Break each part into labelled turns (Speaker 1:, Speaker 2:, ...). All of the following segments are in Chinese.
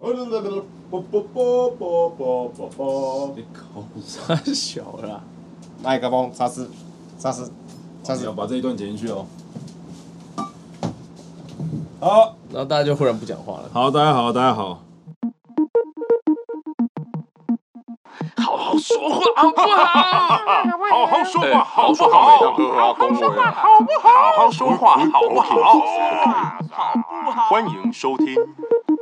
Speaker 1: 哦，那那那，啵啵啵啵啵啵啵，
Speaker 2: 你口
Speaker 3: 太小了啦，
Speaker 1: 麦克风擦拭，擦拭，擦
Speaker 2: 你要
Speaker 1: 拭。
Speaker 2: 把这一段剪进去哦。
Speaker 1: 好，
Speaker 3: 然后大家就忽然不讲话了。
Speaker 2: 好，大家好，大家好。
Speaker 4: 好好说话好不好？
Speaker 5: 好好说话，好不好
Speaker 4: 每当？喝喝恭维啊，
Speaker 5: 好不
Speaker 4: 好
Speaker 5: 好？
Speaker 4: 好说话好不好？欢迎收听，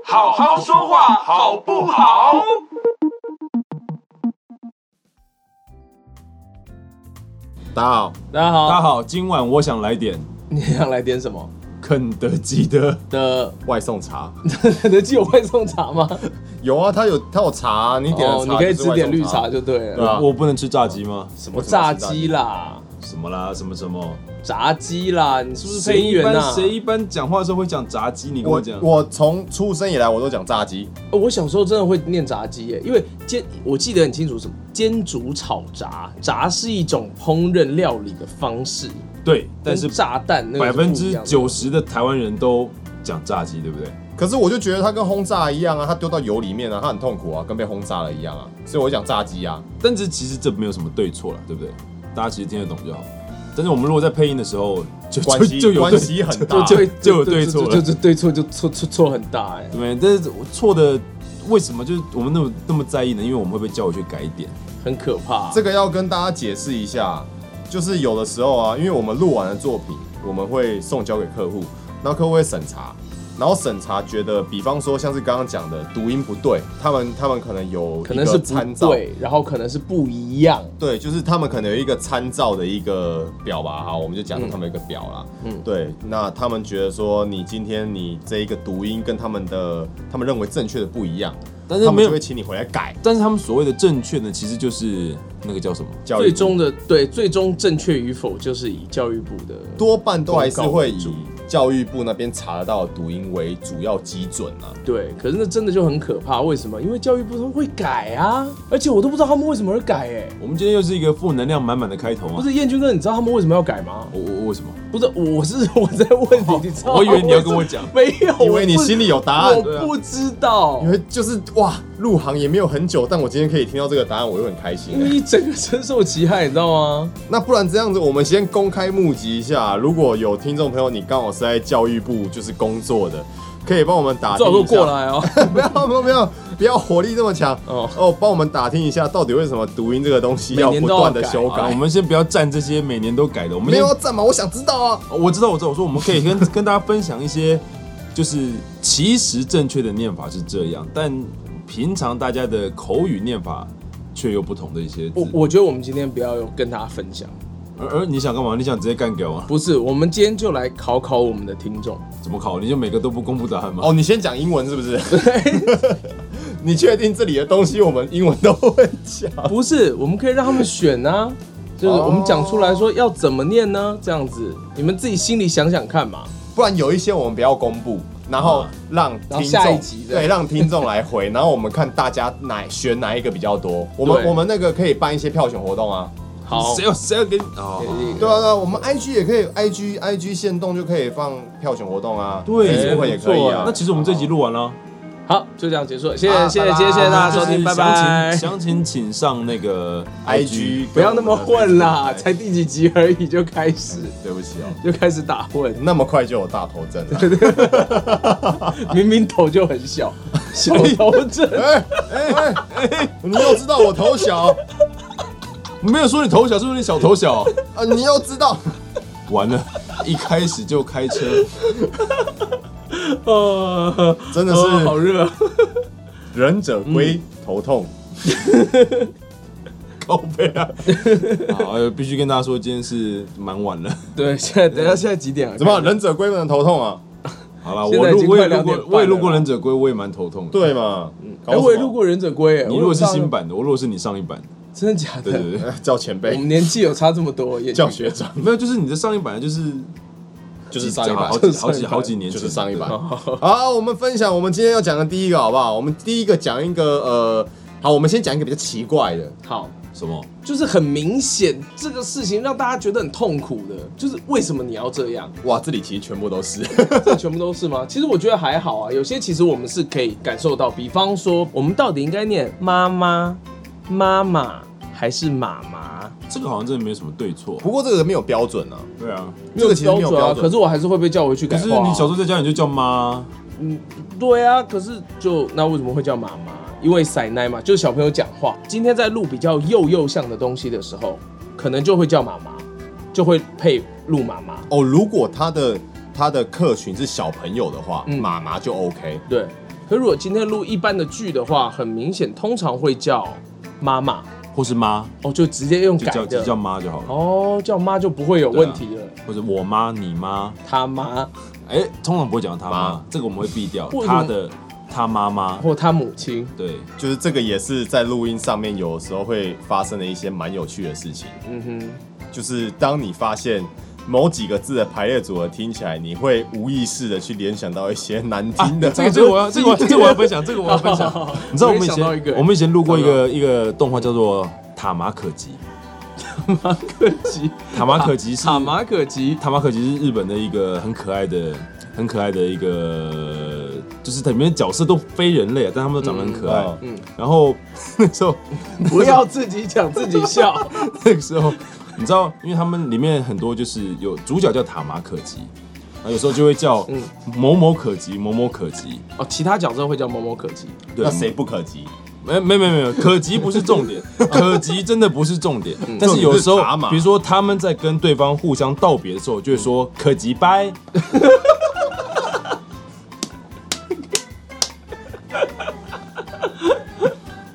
Speaker 4: 好好说话好不好？
Speaker 1: 大家好，
Speaker 3: 大家好，
Speaker 2: 大家好，今晚我想来点
Speaker 3: 你想来点什么
Speaker 2: 肯德 基的，
Speaker 3: 的？
Speaker 1: 外 送茶
Speaker 3: 肯德基有外送茶吗？
Speaker 1: 有啊，他有他有茶啊，你点的
Speaker 3: 哦，
Speaker 1: 茶
Speaker 3: 你可以
Speaker 1: 就是
Speaker 3: 只
Speaker 1: 外
Speaker 3: 点
Speaker 1: 送
Speaker 3: 绿茶就对
Speaker 1: 对
Speaker 3: 了。
Speaker 1: 啊
Speaker 2: 我不能吃炸鸡吗？
Speaker 1: 什
Speaker 3: 我
Speaker 1: 么
Speaker 3: 炸鸡？啦，
Speaker 2: 什么啦，什么什么？
Speaker 3: 炸鸡啦，你是不是
Speaker 2: 谁
Speaker 3: 配音
Speaker 2: 一
Speaker 3: 员
Speaker 2: 般
Speaker 3: 呐？
Speaker 2: 谁一般讲话的时候会讲炸鸡？你跟我
Speaker 1: 我
Speaker 2: 讲，
Speaker 1: 我从出生以来我都讲炸鸡，
Speaker 3: 哦我小时候真的会念炸鸡耶，因为煎我记得很清楚，什么煎煮炒炸，炸是一种烹饪料理的方式，
Speaker 2: 对，但是
Speaker 3: 跟炸弹那个是
Speaker 2: 百
Speaker 3: 不一
Speaker 2: 分
Speaker 3: 样
Speaker 2: 之
Speaker 3: 的
Speaker 2: 九十的台湾人都讲炸鸡，对不对？
Speaker 1: 可是我就觉得它跟轰炸一样啊，它丢到油里面啊，它很痛苦啊，跟被轰炸了一样啊，所以我讲炸鸡啊。
Speaker 2: 但是其实这没有什么对错了，对不对？大家其实听得懂就好。但是我们如果在配音的时候，就
Speaker 1: 关
Speaker 2: 就
Speaker 1: 系
Speaker 2: 就有对
Speaker 1: 关系很大
Speaker 2: 就就就有对错了
Speaker 3: 啊就，就对错就错错错很大哎。
Speaker 2: 对，但是我错的为什么就是我们那么那么在意呢？因为我们会被叫回去改点。
Speaker 3: 很可怕。
Speaker 1: 这个要跟大家解释一下，就是有的时候啊，因为我们录完的作品，我们会送交给客户，然后客户会审查，然后审查觉得，比方说像是刚刚讲的读音不对，他们他们可能有
Speaker 3: 可
Speaker 1: 一
Speaker 3: 能是
Speaker 1: 个
Speaker 3: 不
Speaker 1: 参照，
Speaker 3: 对，然后可能是不一样。
Speaker 1: 对，就是他们可能有一个参照的一个表吧，好，我们就假设他们有一个表啦。嗯
Speaker 3: 嗯，
Speaker 1: 对，那他们觉得说你今天你这一个读音跟他们的他们认为正确的不一样，
Speaker 2: 但是
Speaker 1: 他
Speaker 2: 没
Speaker 1: 们
Speaker 2: 有
Speaker 1: 就会，请你回来改。
Speaker 2: 但是他们所谓的正确呢，其实就是那个叫什么？
Speaker 1: 教育
Speaker 3: 最
Speaker 1: 部
Speaker 3: 终的对，最终正确与否就是以教育部的
Speaker 1: 多半都还是会
Speaker 3: 公告为
Speaker 1: 以
Speaker 3: 主
Speaker 1: 教育部那边查得到的读音为主要基准啊。
Speaker 3: 对，可是那真的就很可怕。为什么？因为教育部他们会改啊，而且我都不知道他们为什么而改哎、
Speaker 2: 我们今天又是一个负能量满满的开头
Speaker 3: 不
Speaker 2: 啊！
Speaker 3: 是燕军哥，你知道他们为什么要改吗？哦
Speaker 2: 我我为什么？
Speaker 3: 不是，我是 我在问你，你知道吗
Speaker 2: 我以为你要跟我讲，
Speaker 3: 没有，
Speaker 1: 以为你
Speaker 3: 我不
Speaker 1: 心里有答案
Speaker 2: 对啊
Speaker 3: 哦我不知道
Speaker 1: 因，为就是哇，入行也没有很久，但我今天可以听到这个答案，我又很开心
Speaker 3: 因为
Speaker 1: 欸、
Speaker 3: 一整个深受其害，你知道吗？
Speaker 1: 那不然这样子，我们先公开募集一下，如果有听众朋友你刚好是在教育部就是工作的，可以帮我们打
Speaker 3: 最
Speaker 1: 听
Speaker 3: 好给我
Speaker 1: 一下。
Speaker 3: 过来哦。
Speaker 1: 不要不要不要不要火力这么强
Speaker 3: 哦
Speaker 1: 哦，帮我们打听一下，到底为什么读音这个东西
Speaker 3: 每
Speaker 1: 要
Speaker 3: 年
Speaker 1: 不
Speaker 3: 都要
Speaker 1: 断的
Speaker 3: 改哦
Speaker 1: 修
Speaker 2: 好啦
Speaker 1: 改
Speaker 2: 我？们先不要站这些每年都改的，我们
Speaker 1: 哎没
Speaker 2: 先哦
Speaker 1: 有要赞嘛，我想知道啊。
Speaker 2: 我知道，我知道，我说我们可以跟 跟大家分享一些，就是其实正确的念法是这样，但平常大家的口语念法却又不同的一些字
Speaker 3: 我。我觉得我们今天不要跟大家分享，
Speaker 2: 而而你想干嘛？你想直接干掉啊？
Speaker 3: 不是，我们今天就来考考我们的听众。
Speaker 2: 怎么考？你就每个都不公布答案吗？
Speaker 1: 哦，你先讲英文是不是？ 你确定这里的东西我们英文都会讲？
Speaker 3: 不是，我们可以让他们选啊，就是我们讲出来说要怎么念呢？这样子，你们自己心里想想看嘛。
Speaker 1: 不然有一些我们不要公布，然后让
Speaker 3: 啊然后
Speaker 1: 听
Speaker 3: 下一
Speaker 1: 众
Speaker 3: 集这样
Speaker 1: 对让听众来回， 然后我们看大家哪选哪一个比较多。我们
Speaker 3: 对
Speaker 1: 我们那个可以办一些票选活动啊。
Speaker 3: 好，
Speaker 2: 谁要谁要给你？哦，
Speaker 1: 对啊，对啊，我们 IG 也可以，IG IG 限动就可以放票选活动啊，
Speaker 2: 对
Speaker 1: 哎
Speaker 2: 不
Speaker 1: 会也可以啊。
Speaker 2: 那其实我们这集录完了，啊
Speaker 3: 好，就这样结束了，谢谢，
Speaker 1: 啊
Speaker 3: 谢
Speaker 1: 拜
Speaker 3: 谢，谢
Speaker 1: 拜
Speaker 3: 谢大家收
Speaker 2: 就是
Speaker 3: 听，拜
Speaker 2: 详情
Speaker 3: 拜。
Speaker 2: 详情请上那个
Speaker 1: IG
Speaker 3: 不要那么混啦，
Speaker 1: 对
Speaker 3: 才第几集而已就开始
Speaker 1: 对不起哦，
Speaker 3: 就开始打混，
Speaker 1: 那么快就有大头症了。
Speaker 3: 明明头就很小，小头症。
Speaker 1: 哎哎哎哎，你又知道我头小
Speaker 2: 没有说你头小，是不是你小头小？
Speaker 1: 啊？你又知道？
Speaker 2: 完了，一开始就开车，
Speaker 3: 呃，
Speaker 1: 真的是
Speaker 3: 哦好热。
Speaker 1: 忍者龟头 痛，
Speaker 2: 靠背啊！好，呃必须跟大家说，今天是蛮晚了。
Speaker 3: 对，现在等一下现在几点啊？
Speaker 1: 怎么忍者龟不能头痛啊？
Speaker 2: 好了，
Speaker 3: 现
Speaker 2: 我
Speaker 3: 在已
Speaker 2: 路
Speaker 3: 经
Speaker 2: 我
Speaker 3: 快
Speaker 2: 也路
Speaker 3: 两点
Speaker 2: 过
Speaker 3: 半，
Speaker 2: 我也路
Speaker 3: 了
Speaker 2: 过
Speaker 3: 啦
Speaker 2: 忍者龟，我也蛮头痛的。，
Speaker 1: 对嘛？嗯搞
Speaker 3: 哎，
Speaker 1: 什么
Speaker 3: 我也路，过忍者龟，哎
Speaker 2: 你如果是
Speaker 3: 我不知道
Speaker 2: 新版的，我如果是你上一版，
Speaker 3: 真的假
Speaker 2: 对
Speaker 3: 的？
Speaker 2: 对对，
Speaker 1: 哎叫前
Speaker 3: 我
Speaker 1: 辈
Speaker 3: 们年纪有差这么多，也
Speaker 1: 叫学长，
Speaker 2: 没有，就是你的上一版就是
Speaker 1: 就是上一版
Speaker 2: 好，
Speaker 3: 就
Speaker 2: 几
Speaker 3: 是上
Speaker 2: 好
Speaker 3: 一
Speaker 2: 几
Speaker 3: 版
Speaker 2: 好几年
Speaker 1: 就
Speaker 2: 前
Speaker 1: 是上一版。
Speaker 2: 对
Speaker 1: 好，我们分享我们今天要讲的第一个好不好？我们第一个讲一个呃，好，我们先讲一个比较奇怪的，
Speaker 3: 好，
Speaker 2: 什么？
Speaker 3: 就是很明显这个事情让大家觉得很痛苦的，就是为什么你要这样？
Speaker 1: 哇，这里其实全部都是。
Speaker 3: 这全部都是吗？其实我觉得还好啊，有些其实我们是可以感受到，比方说我们到底应该念妈妈、妈妈还是妈妈？
Speaker 2: 这个好像真的没什么对错。
Speaker 1: 不过这个没有标准啊，
Speaker 2: 对啊，
Speaker 1: 这个其实没有标
Speaker 3: 啊，
Speaker 1: 准
Speaker 3: 可是我还是会被叫回去
Speaker 2: 可
Speaker 3: 改
Speaker 2: 是
Speaker 3: 话、
Speaker 2: 你
Speaker 3: 啊。
Speaker 2: 小时候在家你就叫妈，
Speaker 3: 嗯，对啊，可是就那为什么会叫妈妈？因为塞奶嘛，就是小朋友讲话。今天在录比较幼幼像的东西的时候，可能就会叫妈妈，就会配录妈妈。
Speaker 1: 哦。如果他的他的客群是小朋友的话，
Speaker 3: 嗯
Speaker 1: 妈妈就 OK。
Speaker 3: 对，可如果今天录一般的剧的话，很明显通常会叫妈妈，
Speaker 2: 或是妈，
Speaker 3: 哦，就直接用
Speaker 2: 就
Speaker 3: 改
Speaker 2: 叫就
Speaker 3: 的。
Speaker 2: 叫妈啊就好了，
Speaker 3: 哦，叫妈就不会有问题了。
Speaker 2: 或者我妈、你妈。
Speaker 3: 他妈
Speaker 2: 哎，通常不会讲他妈
Speaker 1: 妈，
Speaker 2: 这个我们会避掉
Speaker 3: 为。什么
Speaker 2: 他的他妈妈，
Speaker 3: 或他母亲，
Speaker 2: 对，
Speaker 1: 就是这个也是在录音上面有时候会发生的一些蛮有趣的事情，
Speaker 3: 嗯哼，
Speaker 1: 就是当你发现。某几个字的排列组合听起来，你会无意识的去联想到一些难听
Speaker 3: 啊
Speaker 1: 的。
Speaker 2: 这个这个我要这个我这个我要分享，这个 我要分享。 你知道我们以
Speaker 3: 我也想到一
Speaker 2: 前
Speaker 3: 个
Speaker 2: 我们以前录过一个一个动画叫做《塔马可吉》，
Speaker 3: 马可吉，
Speaker 2: 塔马可吉是
Speaker 3: 塔 马可吉，
Speaker 2: 塔马可吉是日本的一个很可爱的、很可爱的一个，就是它里面角色都非人类，啊但他们都长得很可爱。
Speaker 1: 嗯
Speaker 3: 嗯
Speaker 2: 然后 那时候，
Speaker 3: 不要自己讲自己笑。
Speaker 2: 那个时候，你知道，因为他们里面很多就是有主角叫塔马可吉，然后有时候就会叫
Speaker 3: 嗯
Speaker 2: 某某可吉、某某可吉。
Speaker 3: 哦，其他角色会叫某某可吉，
Speaker 1: 那谁不可及？
Speaker 2: 没没没没有，可及不是重点，可及真的不是重点。但是有时
Speaker 1: 重点
Speaker 2: 候
Speaker 1: 是茶，马
Speaker 2: 比如说他们在跟对方互相道别的时候，就会说可及拜。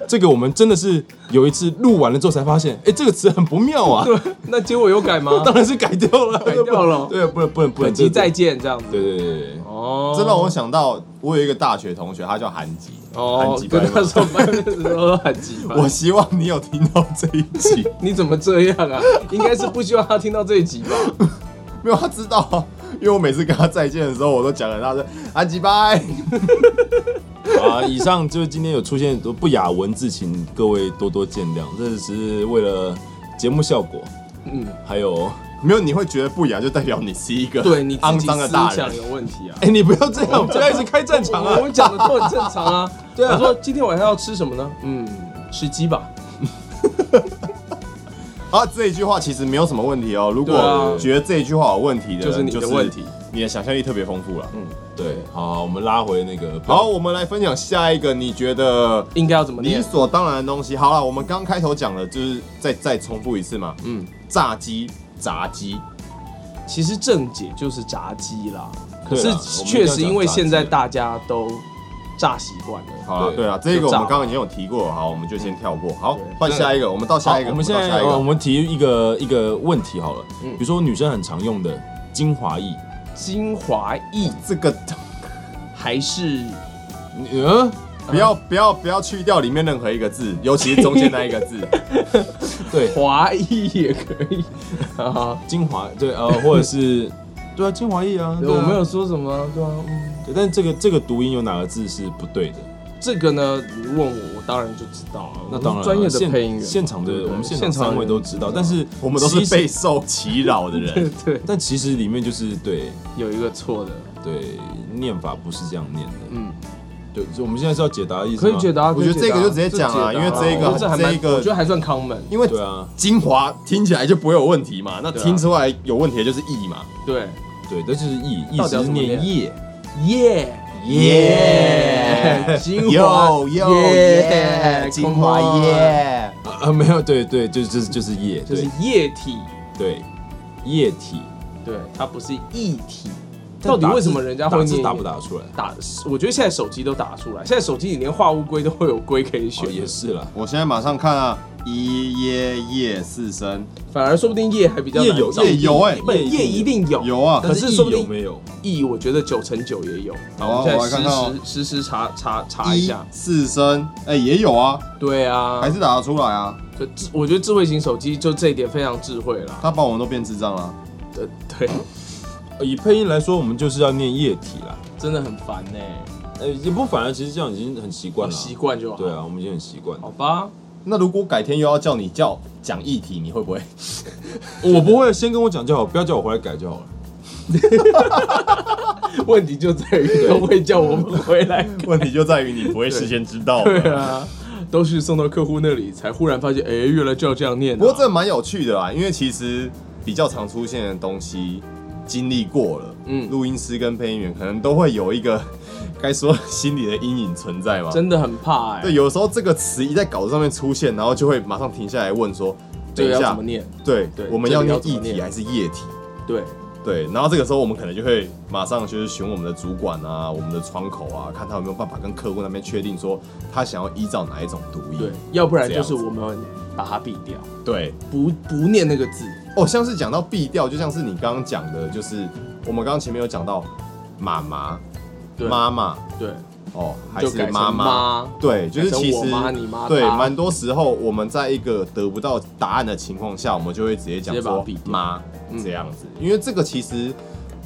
Speaker 2: 这个我们真的是有一次录完了之后才发现，哎，这个词很不妙啊，
Speaker 3: 那结果有改吗？
Speaker 2: 当然是改掉了，改
Speaker 3: 掉了
Speaker 2: 对，不能不能不
Speaker 3: 可
Speaker 2: 能
Speaker 3: 吉哦再，见这样子。
Speaker 2: 对对对对对。
Speaker 3: 哦，
Speaker 1: 这让我想到，我有一个大学同学，他叫韩吉。韩
Speaker 3: 哦
Speaker 1: 吉，拜
Speaker 3: 跟他
Speaker 1: 拜。
Speaker 3: 说拜的时候很急吧。
Speaker 1: 我希望你有听到这一集。
Speaker 3: 你怎么这样啊？ 应该是不希望他听到这一集吧？
Speaker 1: 没有，他知道啊，因为我每次跟他再见的时候，我都讲了他说韩吉拜。
Speaker 2: 啊，以上就是今天有出现不雅文字，请各位多多见谅，这只是为了节目效果。嗯，还有，
Speaker 1: 没有，你会觉得不雅，就代表你是一 个
Speaker 3: 对你自
Speaker 1: 肮
Speaker 3: 己
Speaker 1: 脏的
Speaker 3: 思
Speaker 1: 大
Speaker 3: 想
Speaker 1: 人。
Speaker 3: 有问题啊。
Speaker 2: 哎、你不要这样，不要一直开战场啊
Speaker 3: 我！们讲的都很正常啊。 对啊，我说今天晚上要吃什么呢？嗯，吃鸡吧。
Speaker 1: 啊，这一句话其实没有什么问题哦。如
Speaker 3: 对啊
Speaker 1: 果觉得这一句话有问题的人，
Speaker 3: 就是你的问题，
Speaker 1: 你的想象力特别丰富了。
Speaker 2: 对，好，好我们拉回那个，
Speaker 1: 好，，我们来分享下一个，你觉得
Speaker 3: 应该要怎么
Speaker 1: 理
Speaker 3: 念？
Speaker 1: 所当然的东西。好了，我们刚开头讲的就是再再重复一次嘛。嗯，炸鸡、炸鸡，
Speaker 3: 其实正解就是炸鸡啦，可
Speaker 2: 对
Speaker 3: 是
Speaker 2: 啦
Speaker 3: 确实因为现在，
Speaker 2: 我们一定要讲炸
Speaker 3: 大家都炸习惯了。
Speaker 1: 好了，
Speaker 2: 对嗯
Speaker 1: 对了，这个
Speaker 3: 就
Speaker 1: 我
Speaker 3: 炸
Speaker 1: 们刚刚已经有提过了，好，我们就先跳过。好
Speaker 3: 对，
Speaker 1: 换下一个，我们到
Speaker 2: 鸡好
Speaker 1: 下一个，
Speaker 2: 我们现
Speaker 1: 到
Speaker 2: 在
Speaker 1: 下一
Speaker 2: 呃我
Speaker 1: 个，
Speaker 2: 们提一个一个问题好了，
Speaker 3: 嗯
Speaker 2: 比如说女生很常用的精华液，
Speaker 3: 精华液
Speaker 1: 这 个
Speaker 3: 还是
Speaker 2: 嗯、
Speaker 1: 不要不要不要去掉里面任何一个字，尤其是中间那一个 字。
Speaker 2: 对，
Speaker 3: 华液也可 以啊？
Speaker 2: 精华，对，呃，或者是，对啊，精华液啊，
Speaker 3: 对
Speaker 2: 对啊
Speaker 3: 我没有，说什么，对啊，嗯，
Speaker 2: 对，但这个这个读音有哪个字是不对的？
Speaker 3: 这个呢，你问我，我当然就知道啊。
Speaker 2: 那当然
Speaker 3: 我
Speaker 2: 了，
Speaker 3: 是专业的
Speaker 2: 现
Speaker 3: 配音员，
Speaker 2: 现场的
Speaker 3: 对不对
Speaker 2: 我们现
Speaker 3: 现
Speaker 2: 场
Speaker 3: 场
Speaker 2: 三
Speaker 3: 人
Speaker 2: 位
Speaker 3: 啊
Speaker 2: 都知道，但是
Speaker 1: 我们都是
Speaker 2: 其实
Speaker 1: 备，受其扰的
Speaker 2: 啊
Speaker 1: 人。
Speaker 3: 对，
Speaker 2: 但其实里面就是对
Speaker 3: 有一个错的，
Speaker 2: 对念法不是这样念的，
Speaker 3: 嗯，
Speaker 2: 对，所以我们现在是要解答的意思
Speaker 3: 可
Speaker 2: 吗
Speaker 3: 以解答啊。
Speaker 1: 我觉得
Speaker 3: 可以解答
Speaker 1: 这个就直接讲啊
Speaker 3: 解答
Speaker 1: 因为这一个
Speaker 3: 我觉得这还蛮
Speaker 1: 这一个
Speaker 3: 我觉得还算 common。
Speaker 1: 因为
Speaker 2: 对啊，
Speaker 1: 精华听起来就不会有问题嘛，那
Speaker 3: 对啊
Speaker 1: 听出来有问题的就是意嘛。
Speaker 3: 对，
Speaker 2: 对，但就是意意
Speaker 3: 到底要
Speaker 2: 思是
Speaker 3: 怎么
Speaker 2: 念
Speaker 3: 念啊
Speaker 2: 叶，
Speaker 3: 耶
Speaker 1: 耶
Speaker 3: 精华
Speaker 1: 有有耶，
Speaker 3: 耶
Speaker 1: 精华耶，
Speaker 2: 啊啊没有，对对，就是就是就是叶，
Speaker 3: 就是
Speaker 2: 对
Speaker 3: 液体，
Speaker 2: 对，液体，
Speaker 3: 对，它不是液体。
Speaker 2: 但
Speaker 3: 到底
Speaker 2: 打字
Speaker 3: 为什么人家会
Speaker 2: 打字
Speaker 3: 念
Speaker 2: 打不打得出来？
Speaker 3: 打？我觉得现在手机都打得出来，现在手机里连画乌龟都会有龟可以
Speaker 2: 哦
Speaker 3: 选，
Speaker 2: 也是啦，
Speaker 1: 我现在马上看啊，一耶耶四声
Speaker 3: 反而说不定叶还比较
Speaker 2: 叶
Speaker 3: 难
Speaker 2: 有
Speaker 3: 找
Speaker 1: 叶有哎
Speaker 3: 不叶一定有
Speaker 1: 有啊
Speaker 3: 可
Speaker 2: 但
Speaker 3: 是
Speaker 2: 意
Speaker 3: 说不
Speaker 2: 有
Speaker 3: 定
Speaker 2: 没有？
Speaker 3: 亿，我觉得九成九也有。
Speaker 1: 好
Speaker 3: 我
Speaker 1: 啊
Speaker 3: 们
Speaker 1: 我来
Speaker 3: 现
Speaker 1: 看
Speaker 3: 在
Speaker 1: 看哦
Speaker 3: 实时实时查查查一
Speaker 1: 一
Speaker 3: 下。
Speaker 1: 四声，哎也有啊，
Speaker 3: 对啊，
Speaker 1: 还是打得出来啊，
Speaker 3: 就智，我觉得智慧型手机就这一点非常智慧啦。
Speaker 1: 他把我们都变智障了。
Speaker 3: 对 对，
Speaker 2: 呃以配音来说，我们就是要念液体啦，
Speaker 3: 真的很烦呢、
Speaker 1: 啊
Speaker 2: 呃，也不反而其实这样已经很习惯
Speaker 3: 我
Speaker 2: 了，
Speaker 3: 哦习惯就好。
Speaker 2: 啊对啊，我们已经很习惯了。
Speaker 3: 好吧，
Speaker 1: 那如果改天又要叫你叫讲议题，你 会不会？
Speaker 2: 我不会先跟我讲就好，不要叫我回来改就好了。
Speaker 3: 问题就在于都会叫我们回来。
Speaker 1: 问题就在于你不会事先知道。
Speaker 3: 对啊，都是送到客户那里才忽然发现，哎，原来就要这样念、啊。
Speaker 1: 不过这蛮有趣的啊啦，因为其实比较常出现的东西经历过了，
Speaker 3: 嗯
Speaker 1: 嗯，录音师跟配音员可能都会有一个该说心理的阴影存在嘛。
Speaker 3: 真的很怕哎、
Speaker 1: 对，有时候这个词一在稿子上面出现，然后就会马上停下来问说，
Speaker 3: 这个
Speaker 1: 等一
Speaker 3: 要
Speaker 1: 下
Speaker 3: 啊怎么，念？
Speaker 1: 对
Speaker 3: 对，
Speaker 1: 我们
Speaker 3: 这
Speaker 1: 要
Speaker 3: 个要
Speaker 1: 念
Speaker 3: 怎么
Speaker 1: 液体
Speaker 3: 念
Speaker 1: 还是液体？
Speaker 3: 对，
Speaker 1: 对，然后这个时候我们可能就会马上就是询问我们的主管啊，我们的窗口啊，看他有没有办法跟客户那边确定说他想要依照哪一种读音。
Speaker 3: 对，要不然
Speaker 1: 这
Speaker 3: 就
Speaker 1: 样
Speaker 3: 是
Speaker 1: 子
Speaker 3: 我们把它避掉，
Speaker 1: 对，
Speaker 3: 不不念那个字。
Speaker 1: 哦，像是讲到避调，就像是你刚刚讲的，就是我们刚刚前面有讲到妈妈、
Speaker 3: 对
Speaker 1: 妈妈
Speaker 3: 对，
Speaker 1: 哦，还
Speaker 3: 就是改成
Speaker 1: 妈
Speaker 3: 妈
Speaker 1: 对，就是
Speaker 3: 改成
Speaker 1: 其
Speaker 3: 我
Speaker 1: 实
Speaker 3: 妈你妈
Speaker 1: 对，
Speaker 3: 她
Speaker 1: 蛮多时候我们在一个得不到答案的情况下，我们就会直接讲
Speaker 3: 直接把它
Speaker 1: 说
Speaker 3: 避掉
Speaker 1: 妈
Speaker 3: 嗯
Speaker 1: 这样子，因为这个其实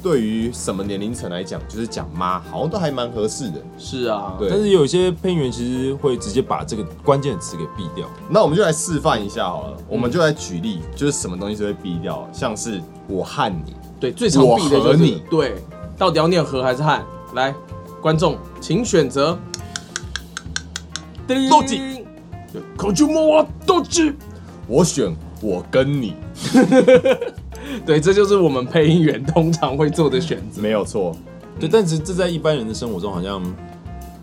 Speaker 1: 对于什么年龄层来讲，就是讲妈好像都还蛮合适的。
Speaker 3: 是啊，
Speaker 1: 对
Speaker 2: 但是有一些配音员其实会直接把这个关键词给避掉。
Speaker 1: 那我们就来示范一下好了，
Speaker 3: 嗯
Speaker 1: 我们就来举例，就是什么东西是会避掉，像是我和你，
Speaker 3: 对，最常避的就
Speaker 1: 我和
Speaker 3: 是
Speaker 1: 你
Speaker 3: 对，到底要念和还是汉？来，观众请选择。
Speaker 2: 斗鸡，
Speaker 3: 口就摸啊，斗鸡。
Speaker 1: 我选我跟你，
Speaker 3: 对，这就是我们配音员通常会做的选择。
Speaker 1: 没有错。
Speaker 2: 对，但是这在一般人的生活中好像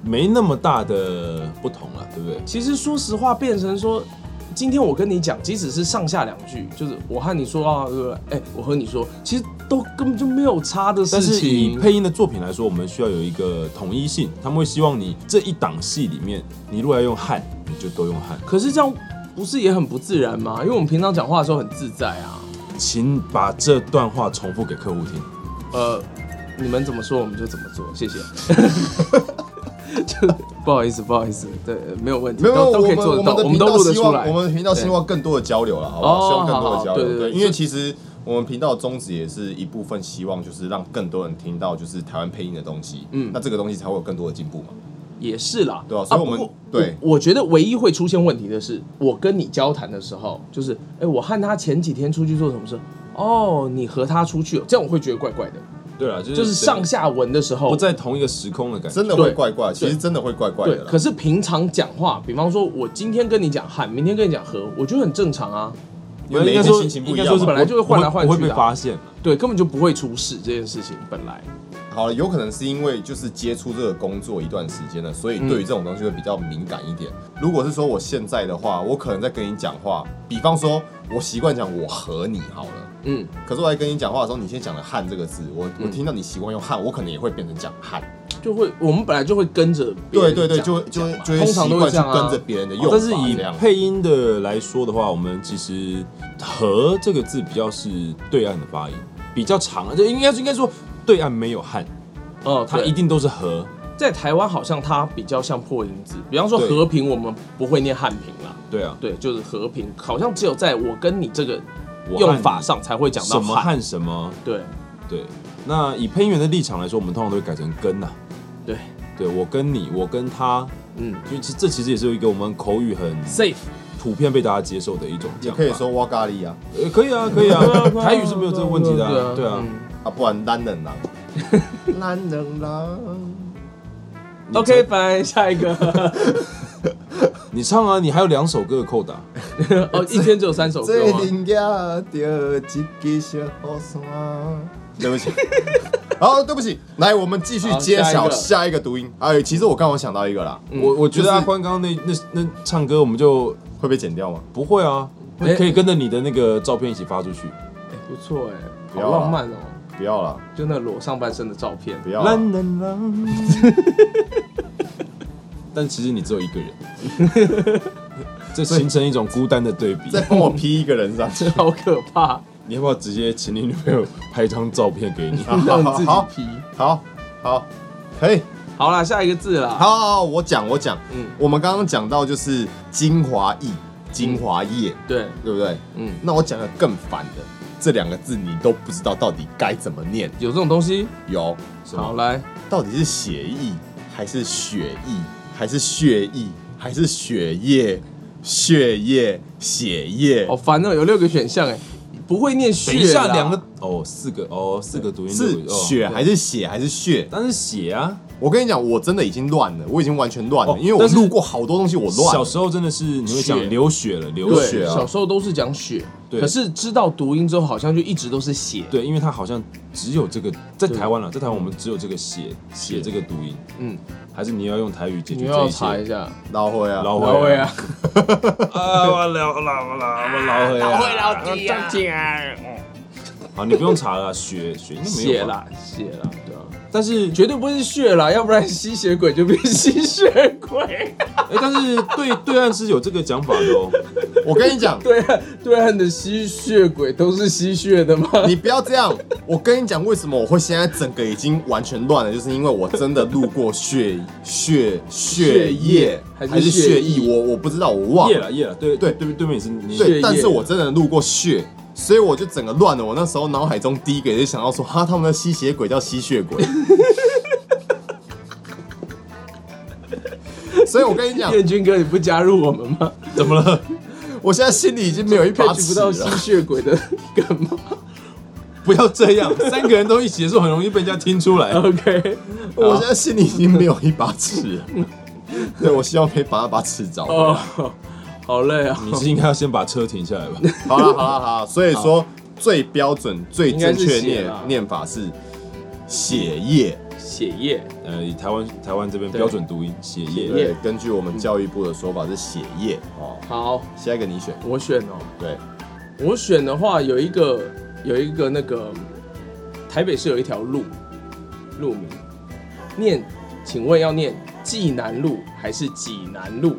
Speaker 2: 没那么大的不同了，对不对？
Speaker 3: 其实说实话，变成说，今天我跟你讲，即使是上下两句，就是我和你说啊，对不对？哎、我和你说，其实都根本就没有差的事
Speaker 2: 但是以
Speaker 3: 情。
Speaker 2: 配音的作品来说，我们需要有一个统一性，他们会希望你这一档戏里面，你如果要用汉，你就都用汉，
Speaker 3: 可是这样不是也很不自然吗？因为我们平常讲话的时候很自在啊。
Speaker 2: 请把这段话重复给客户听。
Speaker 3: 呃，你们怎么说我们就怎么做，谢 谢。就不好意思，不好意思，对，没有问题，
Speaker 1: 没有，没有
Speaker 3: 都都可以
Speaker 1: 我
Speaker 3: 做得
Speaker 1: 们
Speaker 3: 到，
Speaker 1: 我
Speaker 3: 我
Speaker 1: 们
Speaker 3: 们
Speaker 1: 的
Speaker 3: 都录得
Speaker 1: 频道希
Speaker 3: 出
Speaker 1: 望
Speaker 3: 来。
Speaker 1: 我们频道希望更多的交流了，好不好？
Speaker 3: 哦
Speaker 1: 希望更多
Speaker 3: 好好
Speaker 1: 的交流，
Speaker 3: 对对对
Speaker 1: 因为
Speaker 3: 就
Speaker 1: 其实我们频道的宗旨也是一部分希望就是让更多人听到就是台湾配音的东西，
Speaker 3: 嗯
Speaker 1: 嗯，那这个东西才会有更多的进步嘛。
Speaker 3: 也是啦，
Speaker 1: 对啊所以我们
Speaker 3: 不过
Speaker 1: 对
Speaker 3: 我，我觉得唯一会出现问题的是，我跟你交谈的时候，就是，哎，我和他前几天出去做什么事？哦，你和他出去哦，这样我会觉得怪怪的，
Speaker 2: 对了，
Speaker 1: 嗯
Speaker 2: 就是
Speaker 3: 就
Speaker 2: 就是
Speaker 3: 上下文的时候
Speaker 2: 不在同一个时空的感觉。
Speaker 1: 真的会
Speaker 3: 对
Speaker 1: 怪怪，其实真的会怪怪
Speaker 3: 对
Speaker 1: 的，啦
Speaker 3: 可。是平常讲话，比方说我今天跟你讲汉，明天跟你讲和，我觉得很正常啊，
Speaker 1: 因为每
Speaker 2: 应
Speaker 1: 一
Speaker 2: 该
Speaker 1: 天
Speaker 2: 说
Speaker 1: 心情不
Speaker 2: 应
Speaker 1: 一
Speaker 2: 该
Speaker 1: 样
Speaker 2: 说
Speaker 1: 嘛，
Speaker 2: 是
Speaker 3: 本来就会换来换去的啊
Speaker 2: 不会被发现。
Speaker 3: 对，根本就不会出事这件事情本来。
Speaker 1: 好了，有可能是因为就是接触这个工作一段时间了，所以
Speaker 3: 嗯
Speaker 1: 对于这种东西会比较敏感一点。如果是说我现在的话，我可能在跟你讲话，比方说我习惯讲我和你好了。
Speaker 3: 嗯，
Speaker 1: 可是我在跟你讲话的时候，你先讲了“汉”这个字，我我听到你习惯用“汉”，我可能也会变成讲“汉
Speaker 3: 就会我们本来就会跟着”。别
Speaker 1: 对
Speaker 3: 人
Speaker 1: 对对，
Speaker 3: 讲
Speaker 1: 就会就会就会
Speaker 3: 通常
Speaker 1: 习
Speaker 3: 都会这
Speaker 1: 惯去
Speaker 3: 样啊
Speaker 1: 跟着别人的用
Speaker 2: 哦但是
Speaker 1: 法
Speaker 2: 以
Speaker 1: 这样。
Speaker 2: 配音的来说的话，我们其实“和”这个字比较是对岸的发音，比较长，就应该应该说对岸没有汉，
Speaker 3: 哦，
Speaker 2: 它
Speaker 3: 他
Speaker 2: 一
Speaker 3: 一
Speaker 2: 定都是和。
Speaker 3: 在台湾好像它比较像破音字，比方说
Speaker 1: 对
Speaker 3: 和平，我们不会念汉平啦，
Speaker 2: 对啊，
Speaker 3: 对，就是和平，好像只有在我跟你这个
Speaker 2: 我
Speaker 3: 用
Speaker 2: 和
Speaker 3: 法
Speaker 2: 你
Speaker 3: 上才会讲到
Speaker 2: 什么汉什么
Speaker 3: 对
Speaker 2: 对。那以配音员的立场来说，我们通常都会改成“跟”呐。
Speaker 3: 对，
Speaker 2: 对我跟你，我跟他，
Speaker 3: 嗯
Speaker 2: 就其实这其实也是一个我们口语很
Speaker 3: ，safe，
Speaker 2: 普遍被大家接受的一种
Speaker 1: 也
Speaker 2: 讲法。
Speaker 1: 可以说“哇咖喱”啊，
Speaker 2: 呃，可以啊，可以 啊，台语是没有这个问题的啊，对啊。
Speaker 3: 嗯
Speaker 1: 啊，不然懒人狼，懒人狼。
Speaker 3: OK，拜，下一个，
Speaker 2: 你唱啊，你还有两首歌的扣打，
Speaker 3: 哦，一天只有三首歌
Speaker 1: 最
Speaker 3: 吗？
Speaker 1: 近抓着一支小雨伞。对不起，好，对不起，来，我们继续
Speaker 3: 好
Speaker 1: 揭
Speaker 3: 下一
Speaker 1: 晓
Speaker 3: 个
Speaker 1: 下一个读音。哎，其实我刚好想到一个啦，
Speaker 2: 我我觉
Speaker 1: 嗯就是
Speaker 2: 得阿宽刚刚那那那唱歌，我们就
Speaker 1: 会被剪掉吗？
Speaker 2: 不会啊，
Speaker 3: 哎
Speaker 2: 可以跟着你的那个照片一起发出去。
Speaker 3: 哎不错哎，
Speaker 1: 不要
Speaker 3: 好
Speaker 1: 啊
Speaker 3: 浪漫哦，
Speaker 1: 不要了，
Speaker 3: 就那裸上半身的照片
Speaker 1: 不。要啦。
Speaker 2: 人郎， 但其实你只有一个人， 这形成一种孤单的对比。
Speaker 1: 再帮我 P 一个人上去。
Speaker 3: 好可怕！
Speaker 2: 你要不要直接请你女朋友拍一张照片给你？
Speaker 1: 好
Speaker 3: 让
Speaker 1: 好
Speaker 3: 自己
Speaker 1: 好
Speaker 3: 皮。
Speaker 1: 好好，可以。
Speaker 3: 好啦，下一个字啦。
Speaker 1: 好，好，好我讲，我讲。
Speaker 3: 嗯
Speaker 1: 嗯，我们刚刚讲到就是精华液、精华液，
Speaker 3: 对，
Speaker 1: 对不对？
Speaker 3: 嗯
Speaker 1: 嗯，那我讲个更烦的，这两个字你都不知道到底该怎么念。
Speaker 3: 有这种东西。
Speaker 1: 有什
Speaker 3: 好，
Speaker 1: 么？
Speaker 3: 来，
Speaker 1: 到底是血液还是血液还是血液还是血液？血液、血液
Speaker 3: 好，烦哦，有六个选项哎，不会念血
Speaker 2: 等
Speaker 3: 啦
Speaker 2: 一下两个哦，四个哦，四个读音
Speaker 1: 是
Speaker 2: 对
Speaker 1: 血
Speaker 2: 哦
Speaker 1: 还是血还是血？
Speaker 2: 但是血啊，
Speaker 1: 我跟你讲，我真的已经乱了，我已经完全乱了，
Speaker 2: 哦
Speaker 1: 因为我
Speaker 2: 但是
Speaker 1: 录过好多东西，我乱
Speaker 2: 小
Speaker 1: 了。
Speaker 2: 时候真的是你会
Speaker 1: 血
Speaker 2: 讲流血了，流
Speaker 3: 对
Speaker 1: 血啊
Speaker 3: 小时候都是讲血，
Speaker 2: 对
Speaker 3: 可是知道读音之后，好像就一直都是血。
Speaker 2: 对，因为它好像只有这个在
Speaker 3: 对
Speaker 2: 台湾了，在台湾我们只有这个血血这个读音，
Speaker 3: 嗯，
Speaker 2: 还是你要用台语解
Speaker 3: 你
Speaker 2: 决
Speaker 3: 又
Speaker 2: 这
Speaker 3: 要
Speaker 2: 一
Speaker 3: 查一
Speaker 2: 切？
Speaker 3: 下，
Speaker 1: 老灰啊，
Speaker 2: 老
Speaker 3: 老魏
Speaker 2: 回
Speaker 3: 啊，
Speaker 2: 啊，我老老老老我 老回老 回老弟啊！好，你不用查了，血血应该没
Speaker 3: 血
Speaker 2: 有吧？
Speaker 3: 啦，血啦，对啊，
Speaker 2: 但是
Speaker 3: 绝对不是血啦，要不然吸血鬼就变吸血鬼。
Speaker 2: 哎，但是对对岸是有这个讲法的哦。
Speaker 1: 我跟你讲，
Speaker 3: 对啊，对岸的吸血鬼都是吸血的吗？
Speaker 1: 你不要这样。我跟你讲，为什么我会现在整个已经完全乱了，就是因为我真的路过血血血液
Speaker 3: 还是
Speaker 1: 还是
Speaker 3: 血
Speaker 1: 血
Speaker 3: 液
Speaker 1: 液，我我不知道，我忘
Speaker 2: 夜
Speaker 1: 了。
Speaker 2: 了夜了，对
Speaker 1: 对
Speaker 2: 对面对面也是你
Speaker 3: 血液
Speaker 1: 对，但是我真的路过血，所以我就整个乱了。我那时候脑海中第一个就想到说，哈，他们的吸血鬼叫吸 血鬼。所以我跟你讲，
Speaker 3: 彦军哥，你不加入我们吗？
Speaker 2: 怎么了？
Speaker 1: 我现在心里已经没有一把
Speaker 3: catch 不
Speaker 1: 尺
Speaker 3: 到吸
Speaker 1: 了。
Speaker 3: 血鬼的 梗吗
Speaker 2: 不要这 样，三个人都一起的时候很容易被人家听出来。
Speaker 3: ？OK，
Speaker 1: 我现在心里已经没有一把 尺了。对，我希望可以把那把尺找回来。
Speaker 3: 哦， 好累啊，
Speaker 2: 你是应该要先把车停下来吧？
Speaker 1: 好了好了好啦，所以说最标准、最正
Speaker 3: 应该
Speaker 1: 确
Speaker 3: 是血
Speaker 1: 念
Speaker 3: 啦
Speaker 1: 念法是血液。
Speaker 3: 血液
Speaker 2: 呃，以台湾台湾这边标准读音血
Speaker 3: 血
Speaker 2: 液
Speaker 3: 液
Speaker 1: 对，根据我们教育部的说法是血液
Speaker 3: 嗯
Speaker 1: 哦。
Speaker 3: 好，
Speaker 1: 下一个你选，
Speaker 3: 我选哦，
Speaker 1: 对，
Speaker 3: 我选的话有一个有一个那个台北市有一条路路名，念，请问要念济南路还是济南路？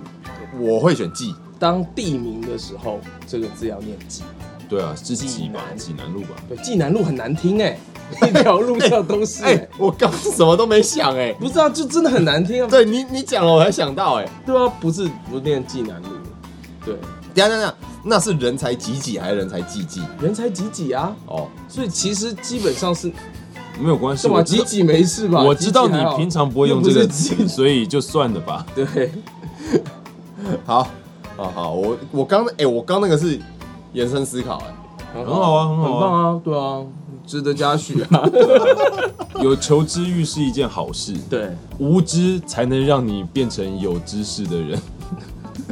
Speaker 1: 我会选季。
Speaker 3: 当地名的时候，这个字要念济。
Speaker 2: 对啊，是济吧
Speaker 3: 济？南
Speaker 2: 济南路吧？
Speaker 3: 对，济南路很难听 哎、一条路上都是、哎，
Speaker 1: 我刚什么都没想哎、
Speaker 3: 不是啊，就真的很难听啊。
Speaker 1: 对你你讲了我才想到哎、
Speaker 3: 对啊，不是不念济南路，对，
Speaker 1: 等一下等一下，那是人才济济还是人才济济？
Speaker 3: 人才济济啊，
Speaker 1: 哦，
Speaker 3: 所以其实基本上是
Speaker 2: 没有关系，
Speaker 3: 干嘛
Speaker 2: 我知
Speaker 3: 济
Speaker 2: 道
Speaker 3: 济没事吧？
Speaker 2: 我知道
Speaker 3: 济济还好
Speaker 2: 你平常不会用这
Speaker 3: 又
Speaker 2: 个
Speaker 3: 不是
Speaker 2: 词，
Speaker 3: 济
Speaker 2: 所以就算了 吧。
Speaker 3: 对，
Speaker 1: 好，好好，我我刚哎、我刚那个是延伸思考哎、
Speaker 3: 很
Speaker 2: 很好啊很
Speaker 3: 很
Speaker 2: 好啊
Speaker 3: 棒啊，对啊，值得嘉许 啊。
Speaker 2: 有求知欲是一件好事，
Speaker 3: 对，
Speaker 2: 无知才能让你变成有知识的人。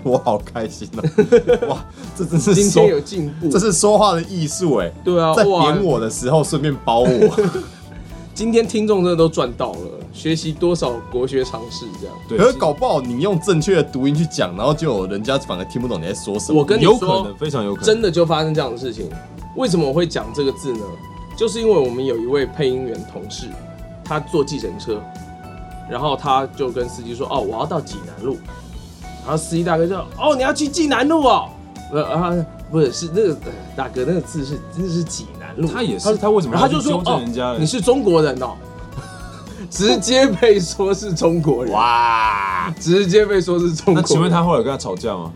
Speaker 1: 我好开心哦、哇，这真是
Speaker 3: 今
Speaker 1: 说
Speaker 3: 天
Speaker 2: 哦
Speaker 3: 有进步
Speaker 1: 这，是说话的艺术哎。
Speaker 3: 对啊，
Speaker 1: 在
Speaker 3: 哇
Speaker 1: 贬，我的时候顺便包我，
Speaker 3: 今天听众真的都赚到了，学习多少国学常识这样。
Speaker 2: 对，
Speaker 1: 可是搞不好你用正确的读音去讲，然后就有人家反而听不懂你在说什么。
Speaker 3: 我跟你
Speaker 2: 有
Speaker 3: 说
Speaker 2: 可能，非常有可能。
Speaker 3: 真的就发生这样的事情。为什么我会讲这个字呢？就是因为我们有一位配音员同事，他坐计程车，然后他就跟司机说：“哦，我要到济南路。”然后司机大哥就：“哦，你要去济南路哦？”呃啊，不是，是那个、呃大哥那个字是真的是济南路。
Speaker 2: 他也是他为什么
Speaker 3: 然后他就说
Speaker 2: 要去纠
Speaker 3: 哦
Speaker 2: 正人家，嘞
Speaker 3: 你是中国人哦。直接被说是中国人，哇！直接被说是中国人。
Speaker 2: 那请问他后来有跟他吵 架吗？